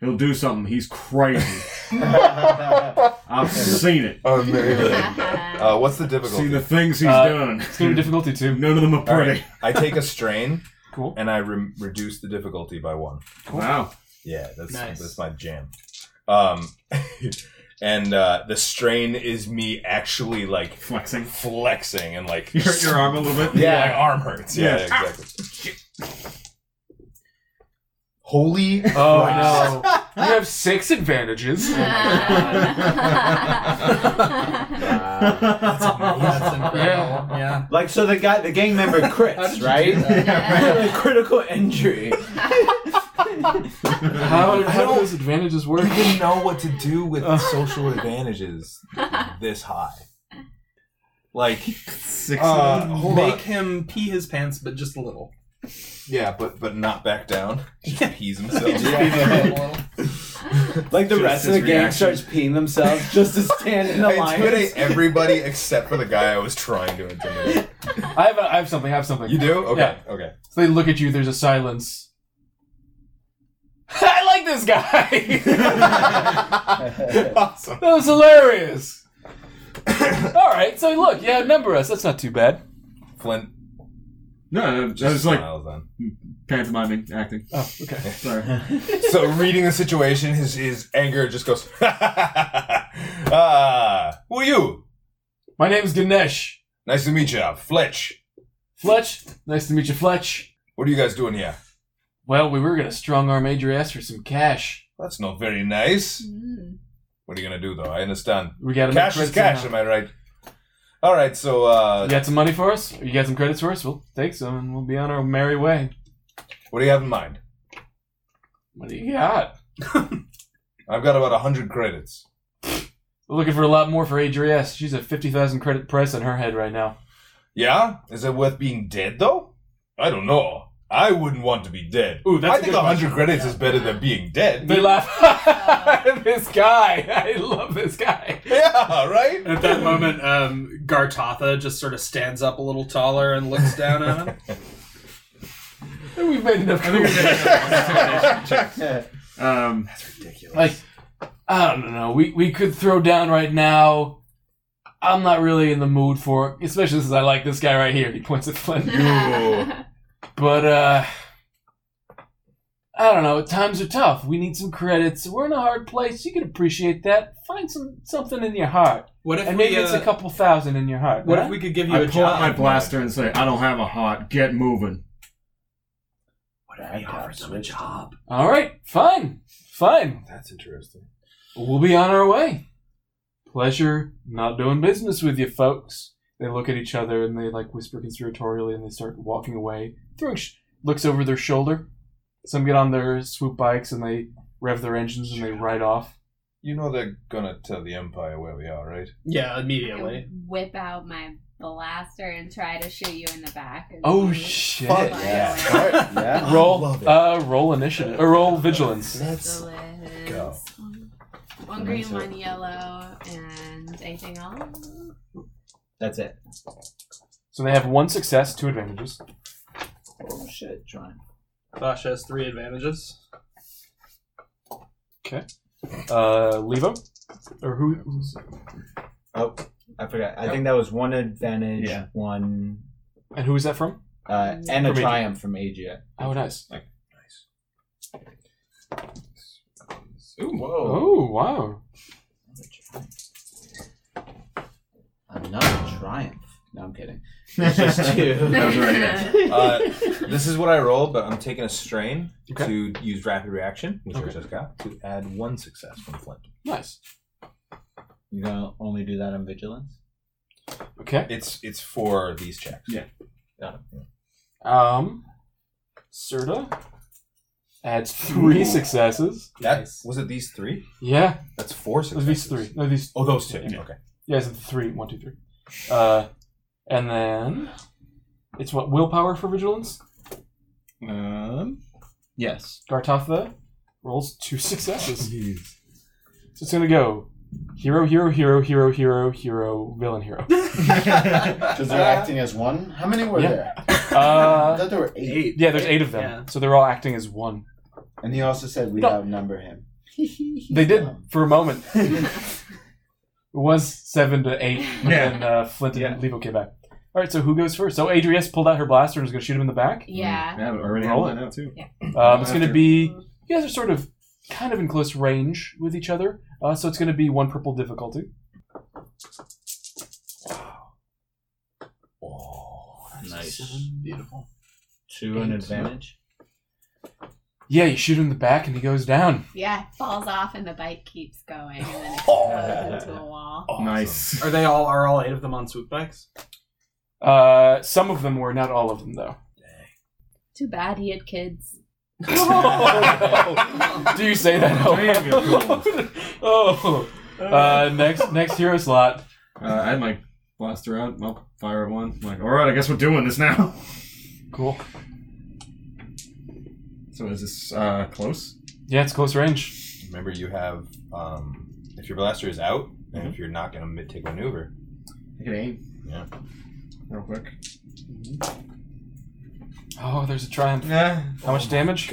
S3: he'll do something. He's crazy. I've seen it.
S5: Amazing. Uh, what's the difficulty?
S3: Seen the things he's
S8: Uh,
S3: done.
S8: It's gonna be difficulty too.
S3: None of them are
S5: All
S3: pretty.
S5: right. I take a strain
S8: Cool.
S5: and I re- reduce the difficulty by one.
S3: Wow.
S5: Yeah, that's
S4: Nice.
S5: that's my jam. Um, and uh, the strain is me actually like
S3: Flexing.
S5: flexing and like
S3: You hurt your arm a little bit.
S5: Yeah, my arm hurts. Yeah,
S3: Yeah.
S5: exactly. Holy uh,
S8: Oh
S5: Christ.
S8: no. You have six advantages.
S3: That's
S4: that's incredible.
S8: Yeah.
S4: yeah.
S9: Like so, the guy, the gang member crits, right? Like, critical injury.
S8: How, how do
S5: don't-
S8: those advantages work?
S5: I didn't know what to do with social advantages this high. Like,
S3: Six.
S5: uh, hold
S4: Make
S5: on.
S4: him pee his pants, but just a little.
S5: Yeah, but but not back down. Just pees himself.
S4: A little.
S9: Like the
S3: Just
S9: rest of
S3: his
S9: the gang
S3: reaction.
S9: starts peeing themselves just to stand in
S5: I
S9: a line.
S5: intimidate everybody except for the guy I was trying to intimidate.
S8: I have, a, I have something. I have something.
S5: You do? Okay. Okay.
S8: So they look at you. There's a silence. I like this guy.
S5: awesome.
S8: that was hilarious. All right. So look, yeah, remember us. That's not too bad.
S5: Flint
S3: no, no, I
S5: just uh,
S3: was like
S5: smiles then.
S3: pantomiming, acting.
S8: Oh, okay.
S3: Sorry.
S5: So reading the situation, his his anger just goes. ah, who are you?
S8: My name's Ganesh
S5: Nice to meet you, Fletch.
S8: Fletch. Nice to meet you, Fletch.
S5: What are you guys doing here?
S8: Well, we were gonna strong arm aid your ass for some cash.
S5: That's not very nice.
S7: Hmm.
S5: What are you gonna do though? I understand.
S8: We got to
S5: Cash is cash, am I right? All right. So uh,
S8: You got some money for us? You got some credits for us? We'll take some and we'll be on our merry way.
S5: what do you have in mind?
S8: What do you got?
S5: I've got about hundred credits.
S8: We're looking for a lot more for Adrias. She's at 50,000 credit price on her head right now.
S5: Yeah? Is it worth being dead though? I don't know. I wouldn't want to be dead.
S8: Ooh, that's
S5: I
S8: a
S5: think
S8: good
S5: hundred credits is better than being dead.
S8: They laugh. this guy. I love this guy.
S5: yeah, right.
S4: At that moment, um, Gartatha just sort of stands up a little taller and looks down at him.
S8: We've made enough.
S3: Um,
S8: like, I don't know. We, we could throw down right now. I'm not really in the mood for it, especially since I like this guy right here. He points at Flynn. But uh I don't know, times are tough. We need some credits. We're in a hard place. You can appreciate that. Find some something in your heart.
S4: What if
S8: and
S4: we?
S8: maybe it's
S4: uh,
S8: a couple thousand in your heart.
S4: what
S8: huh?
S4: if we could give you
S3: I
S4: a
S3: pull out
S4: job?
S3: my blaster and say, "I don't have a heart. Get moving."
S9: I offered them a job.
S8: All right, fine. Fine.
S5: That's interesting.
S8: We'll be on our way. Pleasure not doing business with you folks. They look at each other and they like whisper conspiratorially and they start walking away. Throwing sh- looks over their shoulder. Some get on their swoop bikes and they rev their engines and they ride off.
S5: You know they're gonna tell the Empire where we are, right?
S4: yeah,
S7: I
S4: immediately.
S7: whip out my blaster and try to shoot you in the back. and
S8: Oh
S7: see.
S8: shit.
S5: Fuck
S7: yeah.
S9: Yeah.
S8: roll
S5: love it.
S8: uh roll initiative or roll vigilance
S5: Let's go.
S7: One green, one yellow, and anything else?
S9: That's it.
S8: so they have one success two advantages
S9: Oh shit, John.
S4: Bosch has three advantages.
S8: Okay. Uh, Levo? Or who? Who's,
S9: Oh, I forgot. I think that was one advantage,
S3: Yeah.
S9: one,
S8: and who is that from?
S9: uh, and a
S8: From Aegir.
S9: triumph from Agia.
S8: Oh, nice.
S5: Whoa.
S8: Oh, wow.
S9: Another triumph. No, I'm kidding. It's just two.
S5: was Uh, this is what I rolled, but I'm taking a strain
S8: Okay.
S5: to use rapid reaction, which
S8: Okay.
S5: I just got, to add one success from Flint.
S8: Nice.
S9: You're gonna only do that on vigilance.
S8: Okay.
S5: It's it's for these checks.
S3: Yeah.
S5: Yeah.
S8: Um, Serta adds three successes.
S5: That
S4: Nice.
S5: was it. These three.
S8: Yeah,
S5: That's four
S8: it was
S5: successes.
S8: these three. No, these
S5: Oh, those two.
S8: Yeah.
S5: Okay.
S8: Yeah, it's three. One, two, three. Uh, and then it's what willpower for vigilance.
S3: Um,
S9: Yes.
S8: Gartatha rolls two successes. So it's gonna go hero, hero, hero, hero, hero, hero, villain, hero.
S3: Mm,
S10: Because they're
S4: Uh,
S10: acting as one. How many were
S8: Yeah.
S10: there? I
S8: Uh,
S10: thought there were eight.
S8: yeah, there's eight of them,
S4: Yeah.
S8: so they're all acting as one.
S10: And he also said we
S8: No.
S10: outnumber him.
S8: They did for a moment. it was seven to eight, but then uh, Flint and Levo came back. All right, so who goes first? So Adrius pulled out her blaster and was gonna shoot him in the back.
S7: yeah.
S3: yeah, but already have
S8: Roll
S3: one out too.
S8: Um, it's going to
S3: After.
S8: be you guys are sort of kind of in close range with each other, uh, so it's going to be one purple difficulty.
S9: Nice.
S8: Beautiful.
S9: Two an advantage.
S8: Yeah, you shoot him in the back and he goes down.
S7: Yeah, it falls off and the bike keeps going and then it goes into a wall.
S3: Nice.
S4: Are they all? Are all eight of them on swoop bikes?
S8: Uh, some of them were, not all of them though.
S7: Too bad he had kids.
S4: Oh.
S8: Do you say that? out
S3: Damn, you're
S8: loud? oh. Uh, next next hero slot.
S3: Uh, I had my blaster out. I'll fire at one. I'm like, all right, I guess we're doing this now.
S8: Cool.
S3: So is this uh, close?
S8: Yeah, it's close range.
S5: Remember, you have um, if your blaster is out,
S9: Mm-hmm.
S5: and if you're not going to take maneuver,
S3: I can aim.
S5: Yeah.
S3: Real quick.
S8: Oh, there's a triumph.
S3: Yeah.
S8: How much damage?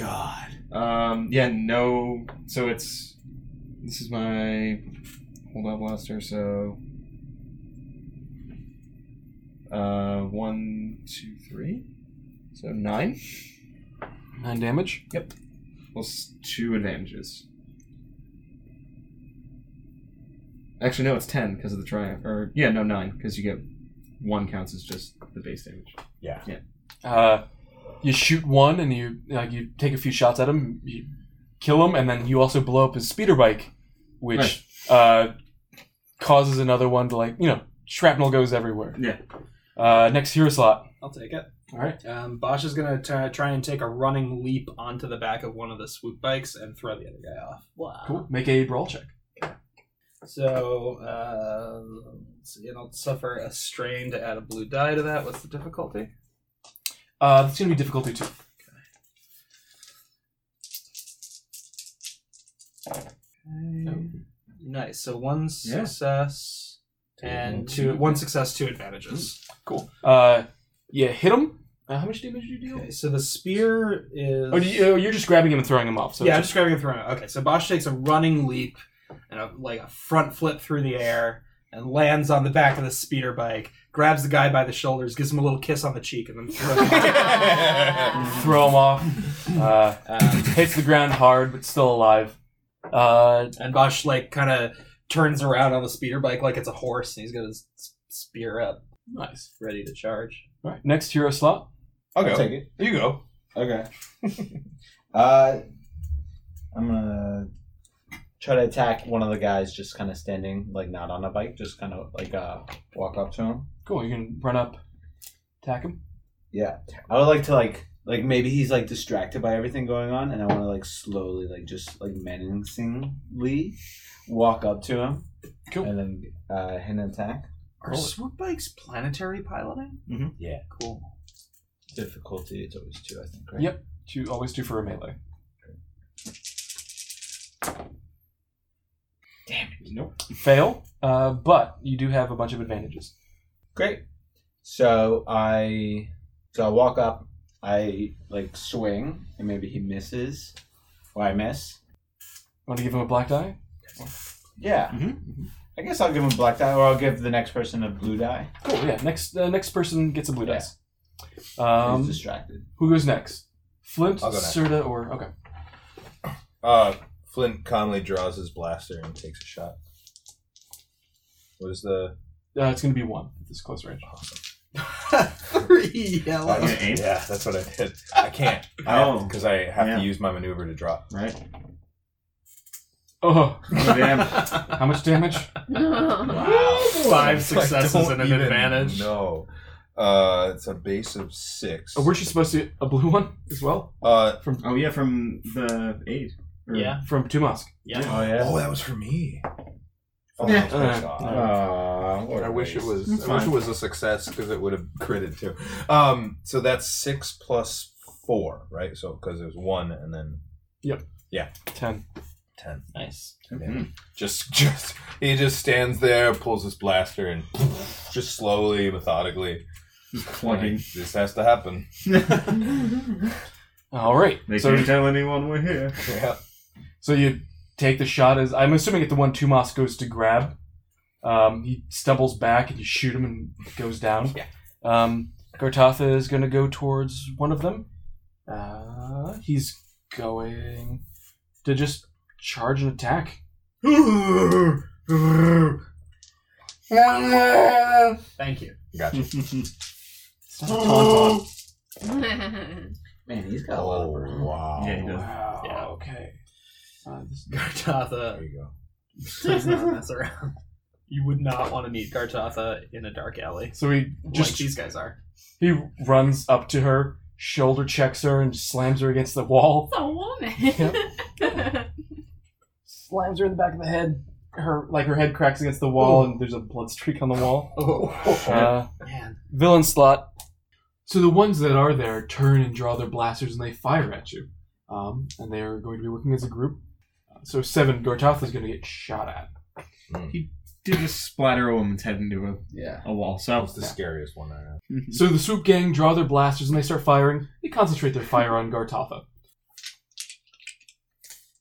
S3: Um. Yeah. No. So it's. This is my hold out blaster. So. Uh, one, two, three. So nine
S8: Nine damage.
S3: plus two advantages. Actually, no, it's ten because of the triumph. Or yeah, no, nine because you get one counts as just the base damage.
S8: Uh, you shoot one and you like you take a few shots at him, you kill him, and then you also blow up his speeder bike, which uh, causes another one to like you know shrapnel goes everywhere.
S3: Yeah.
S8: Uh, next hero slot.
S4: I'll take it.
S8: All right.
S4: Um, Bosch is gonna t- try and take a running leap onto the back of one of the swoop bikes and throw the other guy off.
S7: Wow.
S8: Cool. Make a brawl check.
S4: So uh, let's see, and I'll suffer a strain to add a blue die to that. What's the difficulty?
S8: Uh, that's gonna be difficulty two.
S4: Nice. So one
S3: Yeah.
S4: success and two, one success, two
S8: Hmm.
S4: advantages.
S8: Cool. Uh, yeah, hit him. Uh, how much damage do you deal?
S4: Okay, so the spear is.
S8: Oh, do you, oh, you're just grabbing him and throwing him off. So
S4: yeah, I'm just grabbing and throwing it. Okay, so Bosch takes a running leap and a, like a front flip through the air and lands on the back of the speeder bike, grabs the guy by the shoulders, gives him a little kiss on the cheek, and then throws him off.
S8: throw him off. Uh,
S4: Um,
S8: hits the ground hard, but still alive. Uh,
S4: and Bosch like kind of turns around on the speeder bike like it's a horse, and he's got his s- spear up,
S8: nice.
S4: ready to charge.
S8: All right. Next hero slot.
S5: I'll
S9: I'll
S5: go.
S9: take it.
S5: You go.
S9: Okay. uh, I'm gonna try to attack one of the guys just kind of standing, like not on a bike, just kind of like uh, walk up to him.
S8: Cool. You can run up, attack him.
S9: I would like to like like maybe he's like distracted by everything going on, and I want to like slowly like just like menacingly walk up to him,
S8: Cool.
S9: and then uh, hit an attack.
S4: Are swoop bikes planetary piloting?
S10: Mm-hmm.
S9: Yeah.
S4: Cool.
S9: Difficulty it's always two, I think. Right?
S8: Yep. Two always two for a melee.
S3: Nope.
S8: You fail, uh, but you do have a bunch of advantages.
S9: Great. So I so I walk up, I like swing, and maybe he misses, or I miss.
S8: Want to give him a black die?
S10: Yeah. I guess I'll give him black die, or I'll give the next person a blue die.
S8: Cool. Yeah. Next, uh, next person gets a blue
S10: Yeah.
S8: dice. Um,
S10: He's distracted.
S8: who goes next? Flint,
S5: I'll go next.
S8: Serta, or okay.
S5: Uh, Flint Conley draws his blaster and takes a shot. What is the?
S8: Uh, it's going to be one. This is close range.
S4: Three yellow.
S5: That's-
S3: aim?
S5: Yeah, that's what I did. I can't. I
S2: Oh.
S5: because I have
S3: Yeah.
S5: to use my maneuver to draw.
S3: Oh. Right?
S8: Oh,
S3: Oh, damn.
S8: how much damage?
S4: Five
S5: It's like,
S4: successes
S5: don't
S4: and an
S5: even
S4: advantage.
S5: No. Uh, it's a base of six.
S8: Oh, weren't you supposed to a blue one as well
S5: Uh,
S3: oh yeah, from the aid. Or-
S4: Yeah.
S8: from Tumask?
S4: Yeah.
S10: Oh yeah.
S5: oh, that was for me. Oh,
S3: Yeah.
S5: that was off.
S3: uh,
S10: Aw, what a
S5: I wish it
S10: waste.
S5: was. I wish it was a success because it would have critted too. Um, so that's six plus four, right? So because it was one and then
S8: Ten.
S5: ten.
S4: Nice.
S5: And Just, just he just stands there, pulls his blaster, and just slowly, methodically.
S3: Just
S5: Like,
S3: plugging.
S5: this has to happen.
S8: All right.
S3: They
S8: So,
S3: can't tell anyone we're here.
S5: Yeah.
S8: so you take the shot as I'm assuming at the one Tumask goes to grab. Um, he stumbles back and you shoot him and goes down.
S5: Yeah.
S8: Um, Gartatha is going to go towards one of them. Uh, he's going to just charge and attack.
S4: Thank you.
S5: Gotcha.
S8: It's not a taunt.
S9: Man, he's got a lot
S5: Oh
S9: of burn.
S5: wow.
S3: Yeah, he does.
S8: Wow.
S4: Yeah.
S8: Oh, Okay. Uh, this-
S5: There
S4: Gartatha
S5: you go.
S4: does not mess around. You would not want to meet Gartatha in a dark alley.
S8: so he just
S4: Just like these guys are.
S8: he runs up to her, shoulder checks her, and slams her against the wall.
S7: It's a woman.
S8: Slams her in the back of the head. Her like her head cracks against the wall, and there's a blood streak on the wall.
S4: Oh
S8: Uh,
S4: man.
S8: villain slot. So the ones that are there turn and draw their blasters, and they fire at you. Um, and they are going to be working as a group. Uh, So seven, Gortatha is going to get shot at.
S3: Did just splatter a woman's head into a,
S5: Yeah.
S3: a wall.
S5: That
S3: So
S5: was the scariest one I had.
S8: So the swoop gang draw their blasters and they start firing. They concentrate their fire on Gartatha.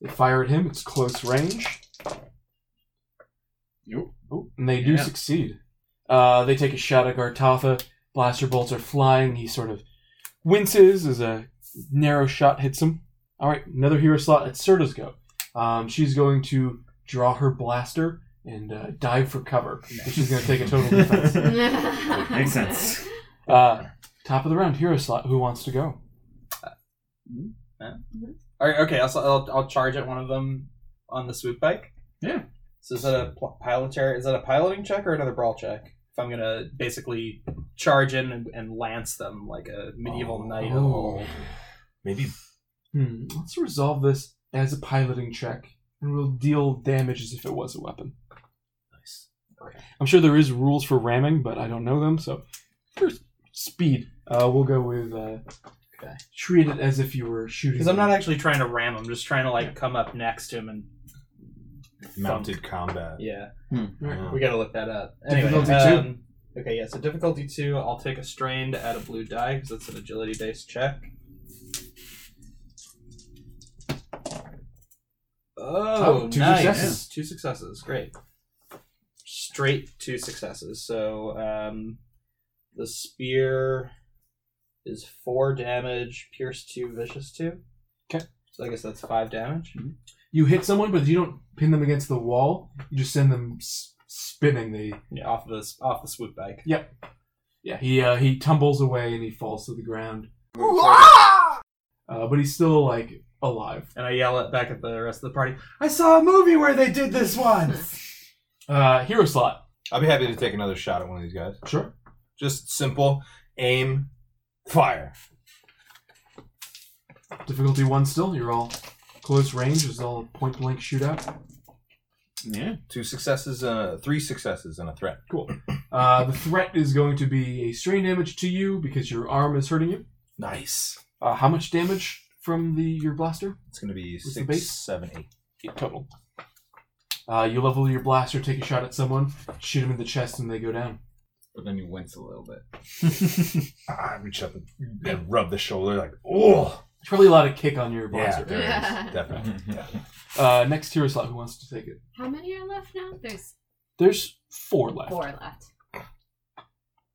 S8: They fire at him. It's close range.
S3: Nope.
S8: Ooh, and they do
S3: Yeah.
S8: succeed. Uh, they take a shot at Gartatha. Blaster bolts are flying. He sort of winces as a narrow shot hits him. All right, another hero slot at Serta's go. Um, she's going to draw her blaster and uh, dive for cover. She's going to take a total defense.
S3: Makes sense.
S8: Uh, top of the round, hero slot. Who wants to go?
S4: All right. Okay. I'll, I'll I'll charge at one of them on the swoop bike.
S3: Yeah.
S4: So is that a pl- pilot chair? Is that a piloting check or another brawl check? If I'm gonna basically charge in and, and lance them like a medieval knight.
S8: Oh.
S5: Maybe
S8: Hmm. Let's resolve this as a piloting check, and we'll deal damage as if it was a weapon. Nice. I'm sure there is rules for ramming, but I don't know them. So for speed, uh, we'll go with uh, treat it as if you were shooting.
S4: Because I'm not actually trying to ram him. I'm just trying to like come up next to him and
S5: mounted combat.
S4: yeah.
S5: Yeah.
S4: We gotta look that up. Anyway,
S8: Hmm. Difficulty
S4: um, Okay. Yeah. So difficulty two. I'll take a strain to add a blue die because that's an agility based check. Oh,
S8: Oh, two
S4: nice.
S8: successes.
S4: Two successes. Great. Straight two successes. So um, the spear is four damage, pierce two, vicious two.
S8: 'Kay.
S4: So I guess that's five damage.
S8: You hit someone, but you don't pin them against the wall. You just send them s- spinning. They
S4: Yeah, off of this off the swoop bike.
S8: yeah. He uh, he tumbles away and he falls to the ground. Uh, but he's still like alive.
S4: And I yell at back at the rest of the party. I saw a movie where they did this once.
S8: Uh, hero slot.
S5: I'd be happy to take another shot at one of these guys.
S8: Sure.
S5: Just simple aim, fire.
S8: Difficulty one still. You're all close range. It's all point blank shootout.
S3: Yeah.
S5: Two successes, uh, three successes, and a threat.
S8: Cool. Uh, the threat is going to be a strain damage to you because your arm is hurting you.
S5: Nice.
S8: Uh, how much damage from the your blaster?
S5: It's gonna be
S8: the
S5: six,
S8: base?
S5: seven, eight.
S8: Eight total. Uh, you level your blaster, take a shot at someone, shoot him in the chest, and they go down.
S3: But then you wince a little bit.
S5: ah, I reach up and, and rub the shoulder, like, oh,
S1: There's probably a lot of kick on your blaster.
S7: there is. Yeah.
S6: Definitely.
S1: Uh, next hero slot. Who wants to take it?
S7: How many are left now? There's
S1: There's four left.
S7: four left.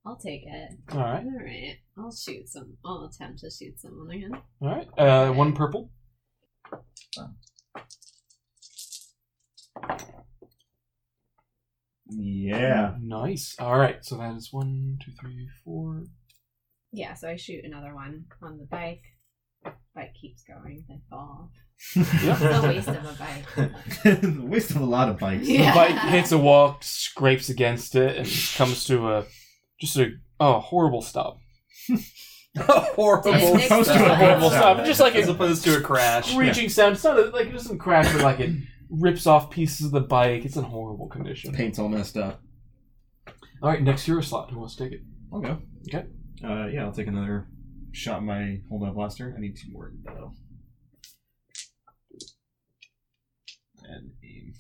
S7: I'll take it.
S1: All right.
S7: All right. I'll shoot some. I'll attempt to shoot someone again.
S1: All right. Uh, one purple.
S3: Yeah.
S1: Nice. All right. So that is one, two, three, four.
S7: Yeah, so I shoot another one on the bike. Bike keeps going. They fall. It's a waste of a bike.
S3: Waste of a lot of bikes.
S1: The
S7: Yeah.
S1: bike hits a walk, scrapes against it, and comes to a just a oh horrible stop.
S7: Did
S1: horrible.
S7: it make
S3: supposed to
S7: the
S3: have
S7: sound?
S1: horrible stop. Just like
S4: as
S1: a
S4: opposed to a crash.
S1: screeching sound. It's not a, like it doesn't crash, but like it rips off pieces of the bike. It's in horrible condition.
S3: Paint's all messed up.
S1: All right, next hero slot. Who wants to take it?
S3: I'll go.
S1: Okay.
S3: Uh, yeah, I'll take another shot in my holdout blaster. I need two more though. And aim.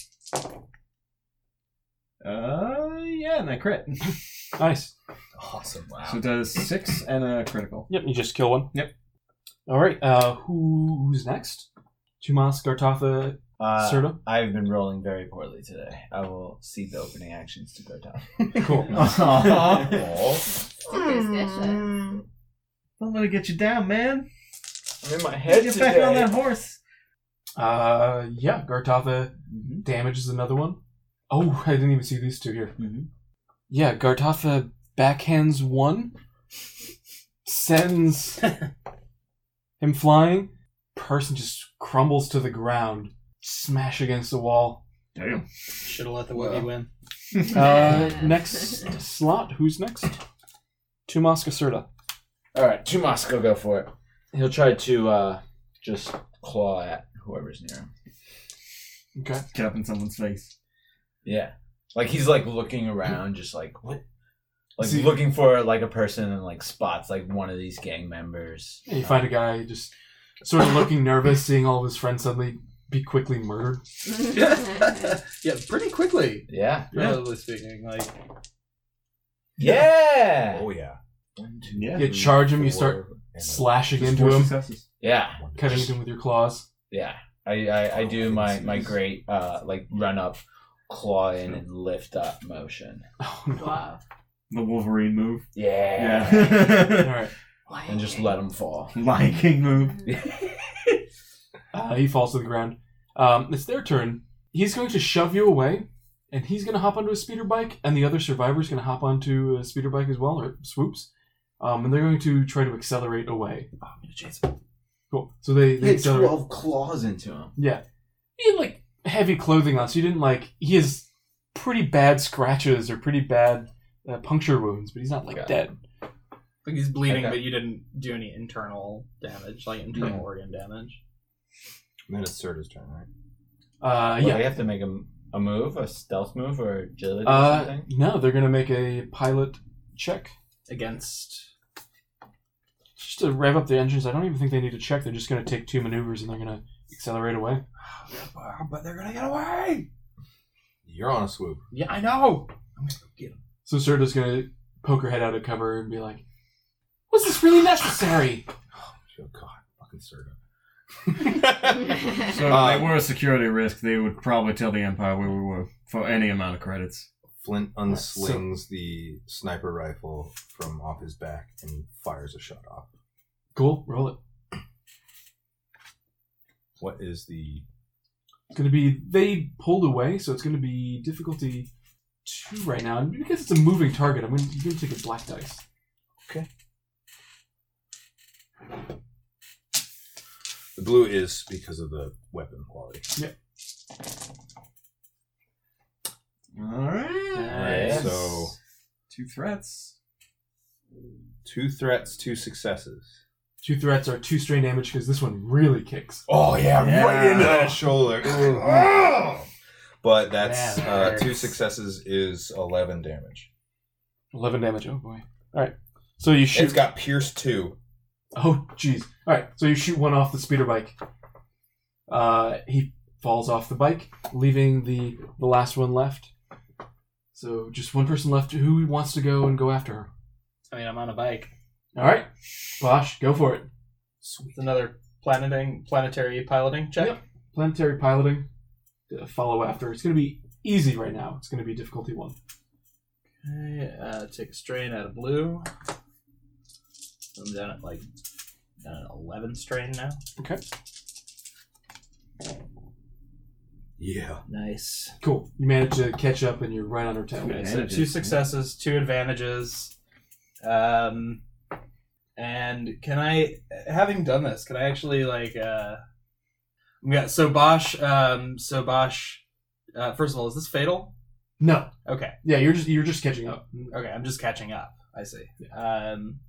S3: Uh, yeah, and I crit.
S1: Nice.
S6: Awesome.
S3: So it does six and a critical.
S1: Yep, you just kill one.
S3: Yep.
S1: All right. Uh, who who's next? Tumas, Gartatha,
S5: Uh,
S1: Serta.
S5: I've been rolling very poorly today. I will see the opening actions to go down.
S1: Cool.
S7: Superstitious.
S3: Don't let it get you down, man.
S5: I'm in my head
S3: get
S5: today.
S3: back on that horse.
S1: Uh, yeah, Gartatha
S3: Mm-hmm.
S1: damages another one. Oh, I didn't even see these two here.
S3: Mhm.
S1: Yeah, Gartatha backhands one, sends him flying. Person just crumbles to the ground, smash against the wall.
S3: Damn.
S4: Should have let the Wookiee win.
S5: Mm.
S1: Uh, next slot. Who's next? Tumas Caserta.
S5: All right, Tumas, go go for it. He'll try to uh, just claw at whoever's near him.
S1: Okay.
S3: Get up in someone's face.
S5: Yeah, like he's like looking around, just like what, like
S1: See-
S5: looking for like a person and like spots like one of these gang members.
S1: And you find a guy just sort of looking nervous, seeing all of his friends suddenly be quickly murdered.
S4: Yeah, pretty quickly,
S5: Yeah,
S4: relatively speaking. Like
S5: yeah,
S6: Oh yeah. One, two,
S3: Yeah.
S1: You charge him. You
S6: four,
S1: start
S6: and
S1: slashing
S3: Just
S1: into
S3: four
S1: him,
S3: successes.
S5: yeah,
S6: one.
S1: cutting into him with your claws.
S5: yeah. I I, I do my my great uh like run up, claw in and lift up motion.
S1: Oh no!
S7: wow.
S3: The Wolverine move.
S5: Yeah,
S1: All
S3: Yeah.
S1: right.
S5: and just let him fall.
S3: Lion King move.
S1: Uh, he falls to the ground. Um, it's their turn. He's going to shove you away, and he's going to hop onto a speeder bike, and the other survivor's going to hop onto a speeder bike as well, or swoops. Um, and they're going to try to accelerate away. Cool. So they, they
S5: Hit
S1: accelerate.
S5: twelve claws into him.
S1: Yeah. He had, like, heavy clothing on, so you didn't, like, he has pretty bad scratches or pretty bad uh, puncture wounds, but he's not, like,
S5: Got it.
S1: dead.
S4: Like he's bleeding,
S5: Okay.
S4: but you didn't do any internal damage, like internal organ damage.
S6: And then it's Serta's turn, right?
S1: Uh,
S5: Well,
S1: yeah.
S5: they have to make a, a move, a stealth move, or agility or
S1: Uh,
S5: something.
S1: no, they're going to make a pilot check.
S4: Against
S1: just to rev up the engines. I don't even think they need to check. They're just going to take two maneuvers and they're going to accelerate away.
S6: But they're gonna get away. You're on a swoop.
S4: yeah, I know.
S1: So Serta's going to poke her head out of cover and be like, "Was this really necessary?"
S6: Oh God, fucking Serta.
S3: So if
S6: Um,
S3: they were a security risk, they would probably tell the Empire where we were for any amount of credits.
S6: Flint unslings the sniper rifle from off his back and fires a shot off.
S1: Cool. Roll it.
S6: What is the?
S1: It's going to be they pulled away, so it's going to be difficulty two right now. And because it's a moving target, I'm going to take a black dice.
S6: The blue is because of the weapon quality.
S3: All right.
S6: Alright, So
S3: Two threats.
S6: two threats, two successes.
S1: Two threats are two strain damage because this one really kicks.
S6: Oh yeah, right
S3: Yeah.
S6: into that shoulder.
S3: Ah!
S6: Oh! but that's
S4: That
S6: uh, two
S4: hurts.
S6: successes is eleven damage.
S1: Eleven damage. Oh boy. All right. So you shoot.
S6: It's got pierce two.
S1: Oh, jeez. All right, so you shoot one off the speeder bike. Uh, he falls off the bike, leaving the the last one left. So just one person left. Who wants to go and go after her?
S4: I mean, I'm on a bike.
S1: All right, Bosh, go for it.
S4: It's another planeting, planetary piloting check.
S8: Yep. Planetary piloting. uh, Follow after. It's going to be easy right now. It's going to be difficulty one.
S11: Okay, uh, take a strain out of blue. I'm down at like down at eleven strain now.
S8: Okay.
S2: Yeah.
S11: Nice.
S8: Cool. You manage to catch up, and you're right on her tail.
S4: Okay, so two successes, two advantages. Um, and can I, having done this, can I actually like, uh, yeah, so Bosch, um, so Bosch, uh, first of all, is this fatal?
S8: No.
S4: Okay. Oh,
S8: Yeah, you're just you're just catching up.
S4: Okay. I'm just catching up. I see. Um,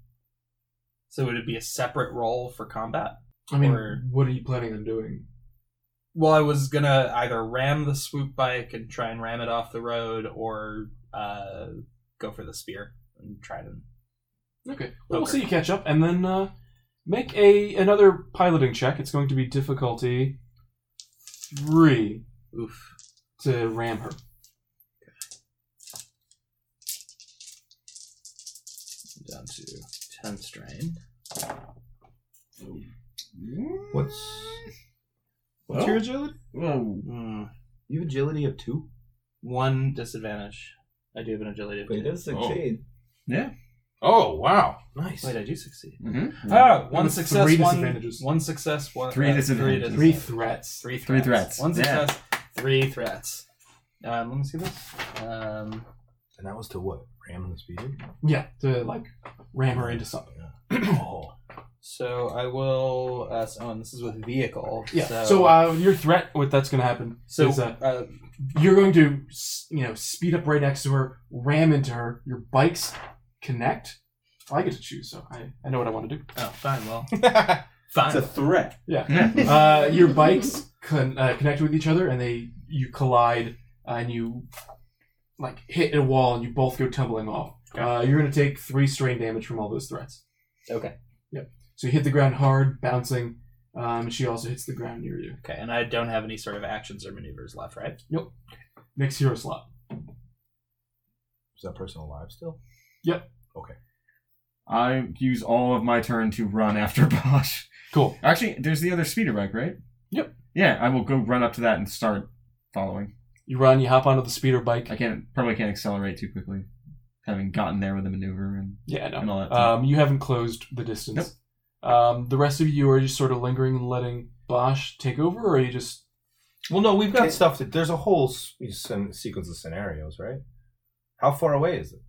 S4: so would it be a separate role for combat?
S8: I mean,
S4: Or-
S8: what are you planning on doing?
S4: Well, I was gonna either ram the swoop bike and try and ram it off the road, or uh, go for the spear and try to.
S8: Okay. Well, we'll
S4: Poker.
S8: see you catch up, and then uh, make a another piloting check. It's going to be difficulty three
S4: Oof.
S8: to ram her.
S11: Down to ten strain.
S2: What's
S3: What's your agility? Well,
S4: Mm.
S2: you have agility of two?
S4: One disadvantage. I do have an agility. of two.
S2: succeed.
S3: Yeah.
S2: Oh wow! Nice.
S4: Wait, I do succeed.
S3: mm-hmm.
S4: Ah, one
S8: With
S4: success,
S8: three
S4: one,
S8: disadvantages.
S4: one success, one uh,
S3: Three disadvantages.
S8: Three threats.
S4: Three
S3: Three
S4: threats.
S3: threats.
S4: One
S3: Yeah.
S4: success, three threats. Um, let me see this. Um,
S2: And that was to what? Ram and the speeder?
S8: Yeah, to like ram her into something.
S2: oh.
S4: so I will. Uh, so, oh, and this is with vehicle.
S8: Yeah.
S4: So,
S8: So, uh, your threat, what that's going to happen
S4: so
S8: is uh,
S4: uh,
S8: you're going to s- you know speed up right next to her, ram into her. Your bikes connect. I get to choose, so I, I know what I want to do.
S4: oh, fine. Well,
S5: It's a threat.
S8: uh, your bikes con- uh, connect with each other and they you collide uh, and you like hit a wall and you both go tumbling off. Uh, you're going to take three strain damage from all those threats.
S4: Okay.
S8: Yep. So you hit the ground hard, bouncing. Um, she also hits the ground near you.
S4: Okay, and I don't have any sort of actions or maneuvers left, right?
S8: Next hero slot.
S2: Is that person alive still?
S3: I use all of my turn to run after Bosch.
S8: Cool.
S3: Actually, there's the other speeder bike, right?
S8: Yep.
S3: Yeah, I will go run up to that and start following.
S8: You run. You hop onto the speeder bike.
S3: I can't probably can't accelerate too quickly, having gotten there with the maneuver and,
S8: Yeah, no.
S3: and all that. stuff.
S8: Um, you haven't closed the distance. Um, the rest of you are just sort of lingering and letting Bosch take over, or are you just
S2: Well, no, we've got
S5: Okay.
S2: stuff that there's a whole s- sen- sequence of scenarios, right? How far away is it?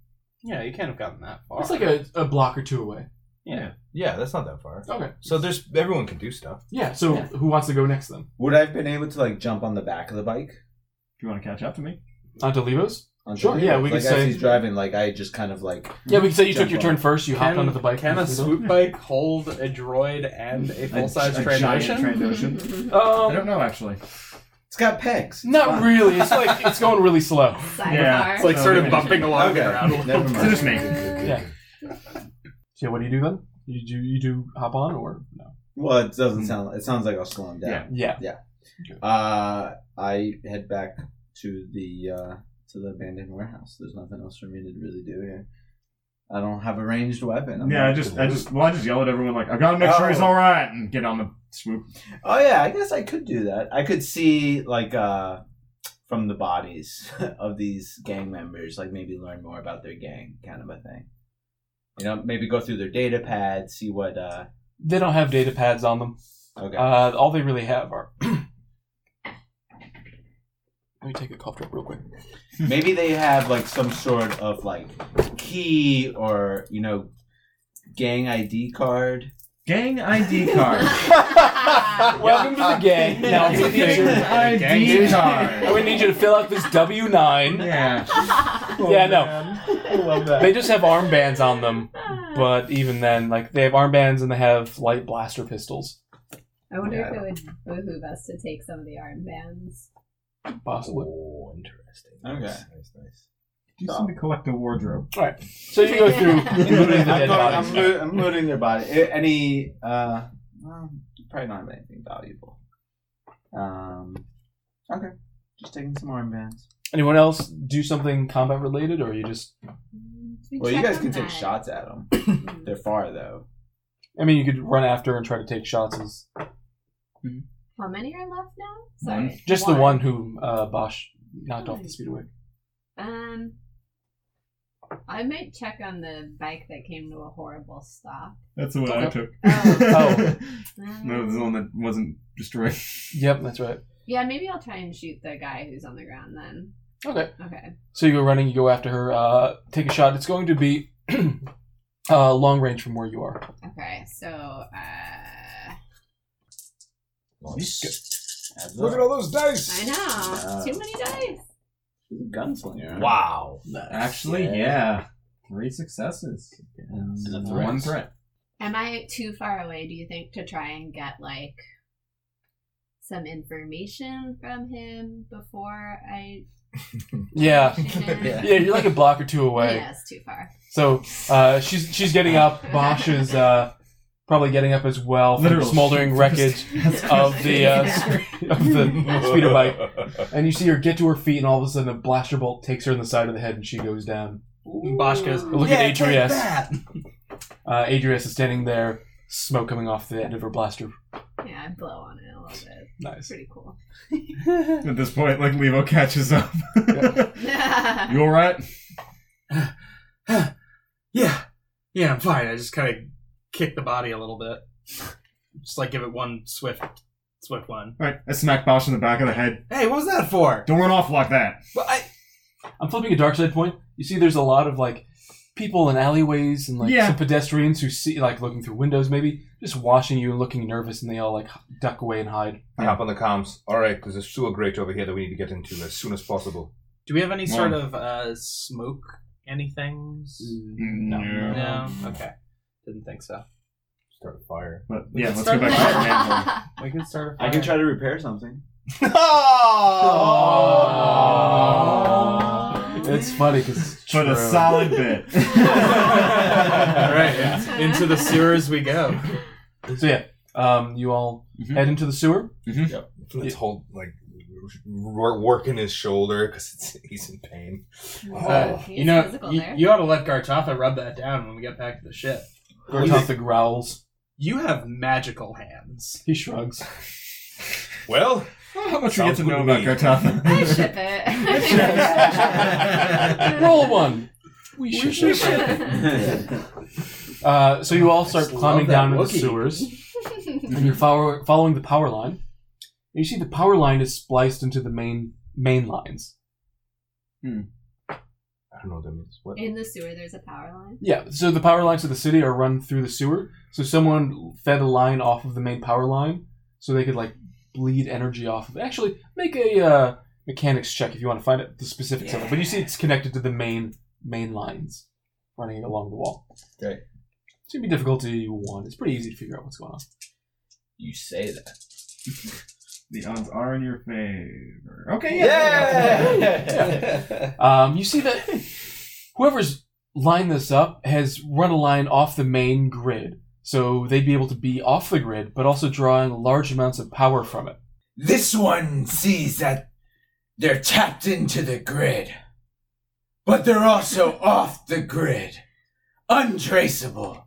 S4: Yeah, you can't have gotten that far.
S8: it's like a, a block or two away?
S2: Yeah, that's not that far.
S8: Okay.
S2: So there's everyone can do stuff.
S8: Yeah. So
S4: Yeah.
S8: who wants to go next then?
S5: Would I have been able to like jump on the back of the bike?
S3: Do you want to catch up to me?
S8: Onto Levos.
S5: On
S8: Sure,
S5: top of
S8: yeah,
S5: it?
S8: we
S5: like,
S8: could
S5: as
S8: say-
S5: he's driving, like I just kind of like
S8: Yeah, we can say you took
S5: Jump
S8: your
S5: on.
S8: turn first. You hopped
S4: Can-
S8: onto the bike.
S4: Can a swoop bike hold a droid and a full size
S3: a
S4: train
S3: giant
S4: ocean?
S3: trained ocean? I don't
S8: Um,
S3: know actually.
S5: it's got pegs. It's
S8: not
S5: fine.
S8: really. It's like it's going really slow.
S3: Yeah,
S4: It's like
S3: No,
S4: sort of
S3: maybe not.
S4: bumping along
S5: Okay,
S4: the ground a little.
S5: never
S3: So
S5: mind.
S3: just me.
S8: Yeah. So yeah, what do you do then? You do you do hop on or no?
S5: Well, it doesn't sound. It sounds like I'll slow him down.
S8: Mm-hmm. Yeah.
S5: Uh, I head back to the uh, to the abandoned warehouse. There's nothing else for me to really do here. I don't have a ranged weapon. I'm
S3: Yeah, I
S5: not-
S3: just, I just, well, I just yell at everyone like, I gotta make sure he's
S5: Oh.
S3: all right, and get on the swoop.
S5: Oh yeah, I guess I could do that. I could see like uh from the bodies of these gang members, like maybe learn more about their gang, kind of a thing. You know, maybe go through their data pad, see what. uh
S8: They don't have data pads on them.
S5: Okay.
S8: Uh, all they really have are. Let me take a cough drop real quick.
S5: maybe they have like some sort of like key or you know gang ID card.
S3: Gang ID card.
S8: Welcome to the gang. Ah. Now it's a
S3: Gang
S8: feature.
S3: ID
S8: I
S3: card.
S8: would need you to fill out this W nine.
S3: Yeah.
S8: Yeah, no.
S2: I love that.
S8: They just have armbands on them, but even then, like they have armbands and they have light blaster pistols,
S7: I wonder if it would behoove us to take some of the armbands.
S8: possibly.
S2: Oh, interesting.
S5: Okay.
S2: Nice, nice, nice.
S3: Do something to collect the wardrobe.
S8: All right. So you go through looting the
S5: I'm,
S8: dead
S5: going-
S8: bodies.
S5: I'm, loo- I'm looting their body. A- Any, uh, well, probably not have anything valuable. Um, okay, just taking some armbands.
S8: Anyone else do something combat related, or you just?
S7: Mm,
S5: Well, you guys can take shots at them. They're far though.
S8: I mean, you could run after and try to take shots as
S7: How many are left now? Sorry.
S1: Just the one who uh, Bosch knocked off the speedway.
S7: Um, I might check on the bike that came to a horrible stop.
S3: That's the one I took.
S7: Oh.
S3: no, the
S7: Um,
S3: one that wasn't destroyed.
S1: Yep, that's right.
S7: yeah, maybe I'll try and shoot the guy who's on the ground then.
S1: Okay.
S7: Okay.
S1: So you go running, you go after her, uh, take a shot. It's going to be uh, long range from where you are.
S7: Okay. So, uh,
S8: Look at all those dice.
S7: I know too many dice.
S12: Gunslinger.
S13: Wow.
S3: Actually, yeah. Three successes. And
S13: And a threat.
S3: one threat.
S7: Am I too far away? Do you think to try and get like some information from him before I?
S1: Yeah.
S7: Yeah.
S1: Yeah, you're like a block or two away.
S7: Yeah, it's too far.
S1: So uh, she's she's getting up. Bosch is uh, probably getting up as well from the
S3: Literal
S1: smoldering wreckage of the uh, of the speeder bike. And you see her get to her feet, and all of a sudden, a blaster bolt takes her in the side of the head, and she goes down.
S4: Bosch goes,
S1: Look at Adrias. Uh, Adrias is standing there, smoke coming off the end of her blaster.
S7: Yeah, I blow on it a little bit. It's
S1: Nice.
S7: pretty cool.
S3: At this point, like Levo catches up.
S7: yeah.
S3: you all right?
S4: yeah, yeah, I'm fine. I just kind of kick the body a little bit, just like give it one swift, swift one.
S3: All right. I smack Bosch in the back of the head.
S4: Hey, what was that for?
S3: Don't run off like that.
S4: Well, I,
S1: I'm flipping a dark side point. You see, there's a lot of like people in alleyways and like
S3: Yeah.
S1: some pedestrians who see like looking through windows, maybe just watching you and looking nervous, and they all like duck away and hide.
S8: I hop on the comms. All right, there's a sewer grate over here that we need to get into as soon as possible.
S4: do we have any sort of uh, smoke anything?
S3: No.
S4: No. Okay. Didn't think so.
S8: Start a fire.
S3: But yeah,
S4: can
S3: let's go
S4: start
S3: back to
S4: with-
S3: Iron
S4: We can start. a
S12: I can
S4: fire.
S12: try to repair something.
S5: Oh!
S1: It's funny because
S3: For the solid bit.
S4: All right, in- into the sewers we go.
S1: So yeah, um, you all
S3: Mhm.
S1: head into the sewer.
S8: Let's hold like wor- work in his shoulder because he's in pain.
S4: Uh,
S7: He's
S4: you know,
S7: physical
S4: you,
S7: there.
S4: you ought to let Gartatha rub that down when we get back to the ship.
S1: Gortatha growls.
S4: You have magical hands.
S1: He shrugs.
S8: Well,
S3: How much
S8: Sounds
S3: we get to know
S8: good
S3: about
S8: to
S7: I
S3: Gartatha?
S7: ship it.
S1: Roll one. We should. Uh, so you all start
S4: Just
S1: climbing
S4: love that
S1: down into the
S4: Wookiee.
S1: sewers, and you're follow- following the power line. And you see the power line is spliced into the main main lines.
S8: I don't know what that means. What?
S7: In the sewer, there's a power line.
S1: Yeah, so the power lines of the city are run through the sewer. So someone fed a line off of the main power line, so they could like bleed energy off of. it. Actually, make a uh, mechanics check if you want to find out the specifics of it. But you see, it's connected to the main main lines running along the wall.
S8: Okay.
S1: It's gonna be difficulty one. It's pretty easy to figure out what's going on.
S12: You say that.
S3: the odds are in your favor. Okay,
S12: Yeah.
S1: Um, you see that whoever's lined this up has run a line off the main grid, so they'd be able to be off the grid, but also drawing large amounts of power from it.
S5: This one sees that they're tapped into the grid, but they're also off the grid, untraceable.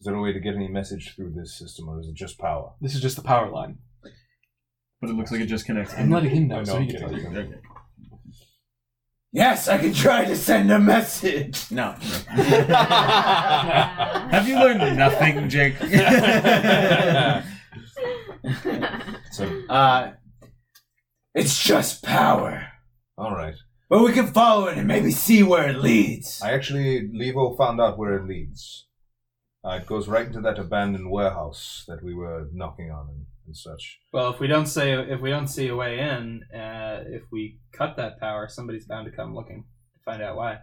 S8: Is there a way to get any message through this system, or is it just power?
S1: This is just the power line.
S3: But it looks like it just connects.
S1: I'm letting him know,
S8: I know,
S1: so
S8: I'm
S1: he can tell
S8: kidding.
S1: you.
S3: Okay.
S5: Yes, I can try to send a message. No.
S3: Have you learned nothing, Jake?
S8: So,
S12: uh,
S5: It's just power.
S8: all right.
S5: But we can follow it and maybe see where it leads.
S8: I actually, Levo found out where it leads. Uh, it goes right into that abandoned warehouse that we were knocking on and, and such.
S4: Well, if we don't say if we don't see a way in, uh, if we cut that power, somebody's bound to come looking to find out why.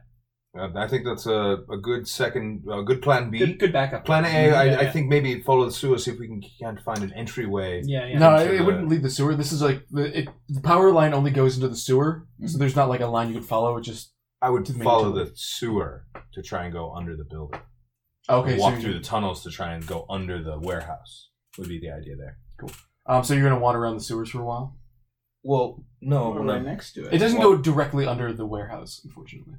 S8: Uh, I think that's a, a good second, a good plan B.
S4: Good, good backup.
S8: Plan A, I
S4: Yeah,
S8: I think maybe follow the sewer, see if we can, can't find an entryway.
S4: Yeah, yeah.
S1: No,
S8: into
S1: it, it
S8: the-
S1: wouldn't lead the sewer. This is like the, it, the power line only goes into the sewer, so there's not like a line you could follow. It just
S8: I would
S1: To the main
S8: follow
S1: tunnel.
S8: the sewer to try and go under the building.
S1: okay.
S8: walk
S1: so
S8: through
S1: you-
S8: the tunnels to try and go under the warehouse would be the idea there.
S1: um, so you're gonna wander around the sewers for a while.
S8: Well, no,
S12: right next to it.
S1: It doesn't
S8: Well-
S1: go directly under the warehouse, unfortunately.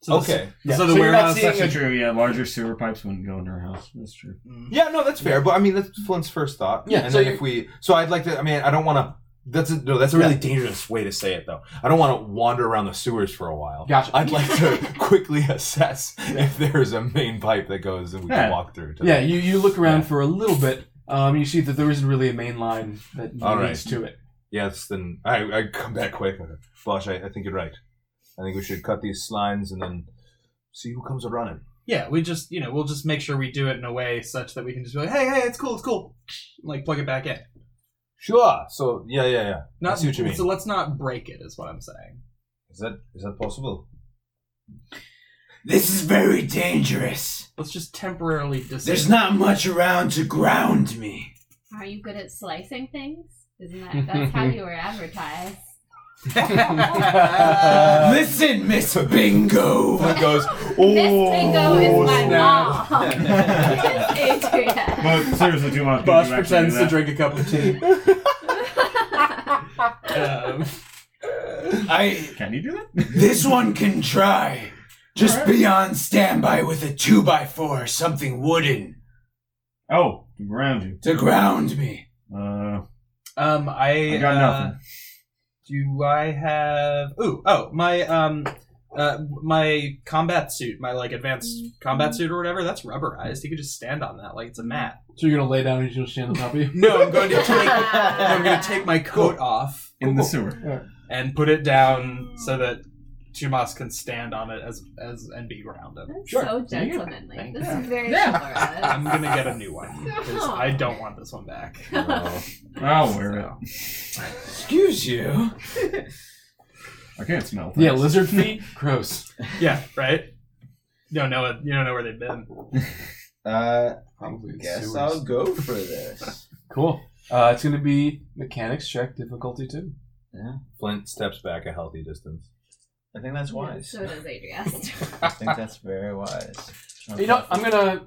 S4: So this-
S5: okay.
S4: this
S5: Yeah.
S4: other
S5: So you're not
S4: warehouse.
S5: seeing
S3: That's
S5: a-
S3: actually true. Yeah, larger sewer pipes wouldn't go into our house. That's true.
S5: Yeah, no, that's fair. But I mean, that's Flint's first thought.
S1: Yeah,
S5: And
S1: so
S5: then
S1: you-
S5: if we, so I'd like to. I mean, I don't want to. That's a, no. That's a really dangerous way to say it, though. I don't want to wander around the sewers for a while.
S1: Gotcha.
S5: I'd like to quickly assess if there's a main pipe that goes and we
S3: Yeah.
S5: can walk through. To
S1: Yeah, you, you look around for a little bit. Um, you see that there isn't really a main line that leads
S5: All right.
S1: to it.
S5: Yes. Then I, I come back quick. Flash. I, I think you're right. I think we should cut these lines and then see who comes a running.
S4: Yeah, we just you know we'll just make sure we do it in a way such that we can just be like, hey, hey, it's cool, it's cool, like plug it back in.
S5: Sure. So yeah, yeah, yeah.
S4: Not,
S5: see what you mean.
S4: So let's not break it, is what I'm saying.
S5: Is that is that possible?
S6: This is very dangerous.
S4: Let's just temporarily dis.
S6: There's not much around to ground me.
S7: Are you good at slicing things? Isn't that that's how you were advertised?
S6: Listen, Miss Uh, Bingo.
S5: It goes.
S7: Miss Bingo is my mom. Adria.
S3: But seriously, too much.
S4: Boss pretends to drink a cup of tea. um,
S6: I.
S3: Can you do that?
S6: This one can try. Just be on standby with a two by four, something wooden,
S3: Oh, around you.
S6: to ground me.
S3: Uh,
S4: um, I,
S3: I got
S4: uh,
S3: nothing.
S4: Do I have? Ooh, oh, my um, uh, my combat suit, my like advanced combat suit or whatever. That's rubberized. He could just stand on that like it's a mat.
S1: So you're gonna lay down and you'll stand on top of you.
S4: No, I'm going to take. I'm going to take my coat off
S3: in the sewer.
S4: and put it down so that Chumas can stand on it as as and be grounded.
S7: That's
S4: Sure.
S7: So
S4: Yeah, yeah.
S7: gentlemanly.
S4: Thank
S7: This
S4: you.
S7: is very
S4: I'm
S7: chivalrous.
S4: gonna get a new one. 'cause I don't want this one back.
S3: I'll wear it.
S6: Excuse you.
S3: I can't smell. Things.
S1: Yeah, lizard feet. Gross.
S4: Yeah, right. You don't know it. You don't know where they've been.
S9: Uh,
S1: Probably in
S9: guess
S1: sewers.
S9: I'll go for this.
S1: Cool. Uh, it's gonna be mechanics check difficulty two.
S5: Flint steps back a healthy distance.
S9: I think that's wise.
S7: So does Adria.
S9: I think that's very wise.
S1: You know, I'm gonna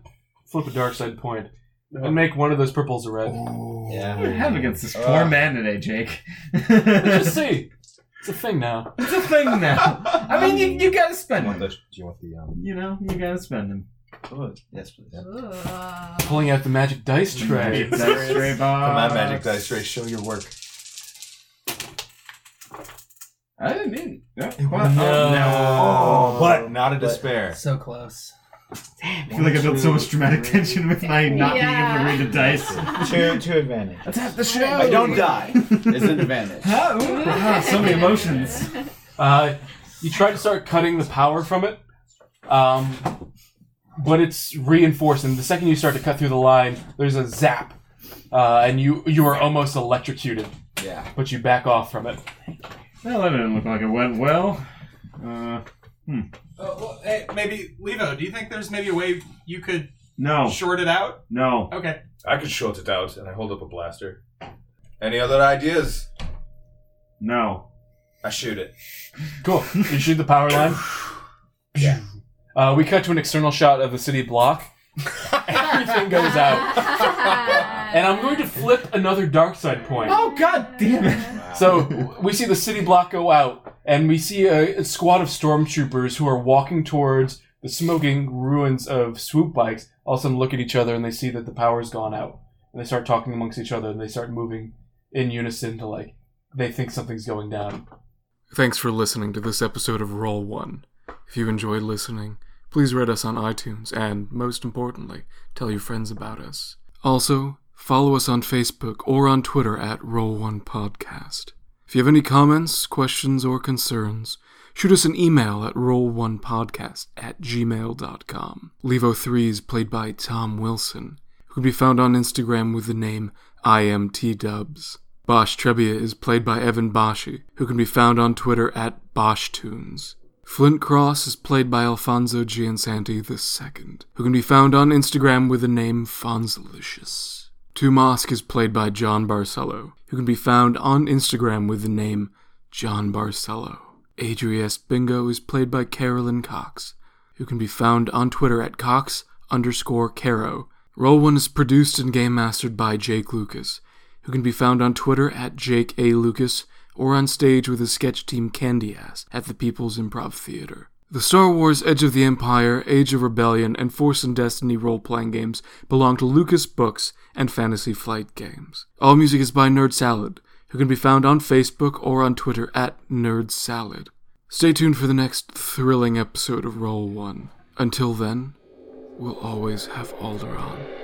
S1: flip a dark side point and make one of those purples a red.
S9: Yeah.
S3: What do you have against this
S9: Uh.
S3: poor man today, Jake?
S1: Let's just
S3: it's
S1: see. It's a thing now.
S3: a thing now. I mean, you, you gotta spend him.
S5: do you want the um?
S3: You know, you gotta spend him.
S9: Oh, yes, please.
S7: Ooh.
S1: Pulling out the magic dice tray.
S3: Magic dice tray box.
S5: Come on, magic dice tray, show your work.
S3: I didn't mean. Yeah.
S5: Oh, but not a
S9: But-
S5: despair.
S4: So close.
S3: I feel like I built so much dramatic tension with my not
S7: Yeah.
S3: being able to read the dice.
S9: Two, two advantage.
S3: That's half the show.
S9: I don't die. It's an advantage.
S3: Huh? Ooh. Ah, so many emotions.
S1: Uh, you try to start cutting the power from it, um, but it's reinforced. And the second you start to cut through the line, there's a zap, uh, and you you are almost electrocuted.
S9: Yeah.
S1: But you back off from it.
S3: Well, that didn't look like it went well. Uh,
S4: Oh, well, hey, maybe Levo. Do you think there's maybe a way you could
S3: no,
S4: short it out?
S3: no.
S4: Okay.
S5: I could short it out, and I hold up a blaster. Any other ideas?
S3: No.
S5: I shoot it.
S1: Cool. You shoot the power line. Uh, we cut to an external shot of the city block. Everything goes out, and I'm going to flip another dark side point.
S3: Oh god damn it!
S1: So w- we see the city block go out, and we see a, a squad of stormtroopers who are walking towards the smoking ruins of swoop bikes. All of a sudden, look at each other, and they see that the power's gone out, and they start talking amongst each other, and they start moving in unison to like they think something's going down. Thanks for listening to this episode of Roll One. If you enjoyed listening, please rate us on iTunes, and most importantly, tell your friends about us. Also, follow us on Facebook or on Twitter at Roll One Podcast. If you have any comments, questions, or concerns, shoot us an email at roll1podcast at gmail.com. Levo3 is played by Tom Wilson, who can be found on Instagram with the name IMTDubs. Bosch Trebia is played by Evan Bashi, who can be found on Twitter at BoschTunes. Flint Cross is played by Alfonso Giansanti II, who can be found on Instagram with the name Fonzalicious. Tumosk is played by John Barcelo, who can be found on Instagram with the name John Barcelo. Adrias Bingo is played by Carolyn Cox, who can be found on Twitter at Cox underscore Caro. Roll One is produced and game mastered by Jake Lucas, who can be found on Twitter at Jake A. Lucas or on stage with his sketch team Candy Ass at the People's Improv Theater. The Star Wars Edge of the Empire, Age of Rebellion, and Force and Destiny role playing games belong to Lucas Books and Fantasy Flight Games. All music is by Nerd Salad, who can be found on Facebook or on Twitter at Nerd Salad. Stay tuned for the next thrilling episode of Roll One. Until then, we'll always have Alderon.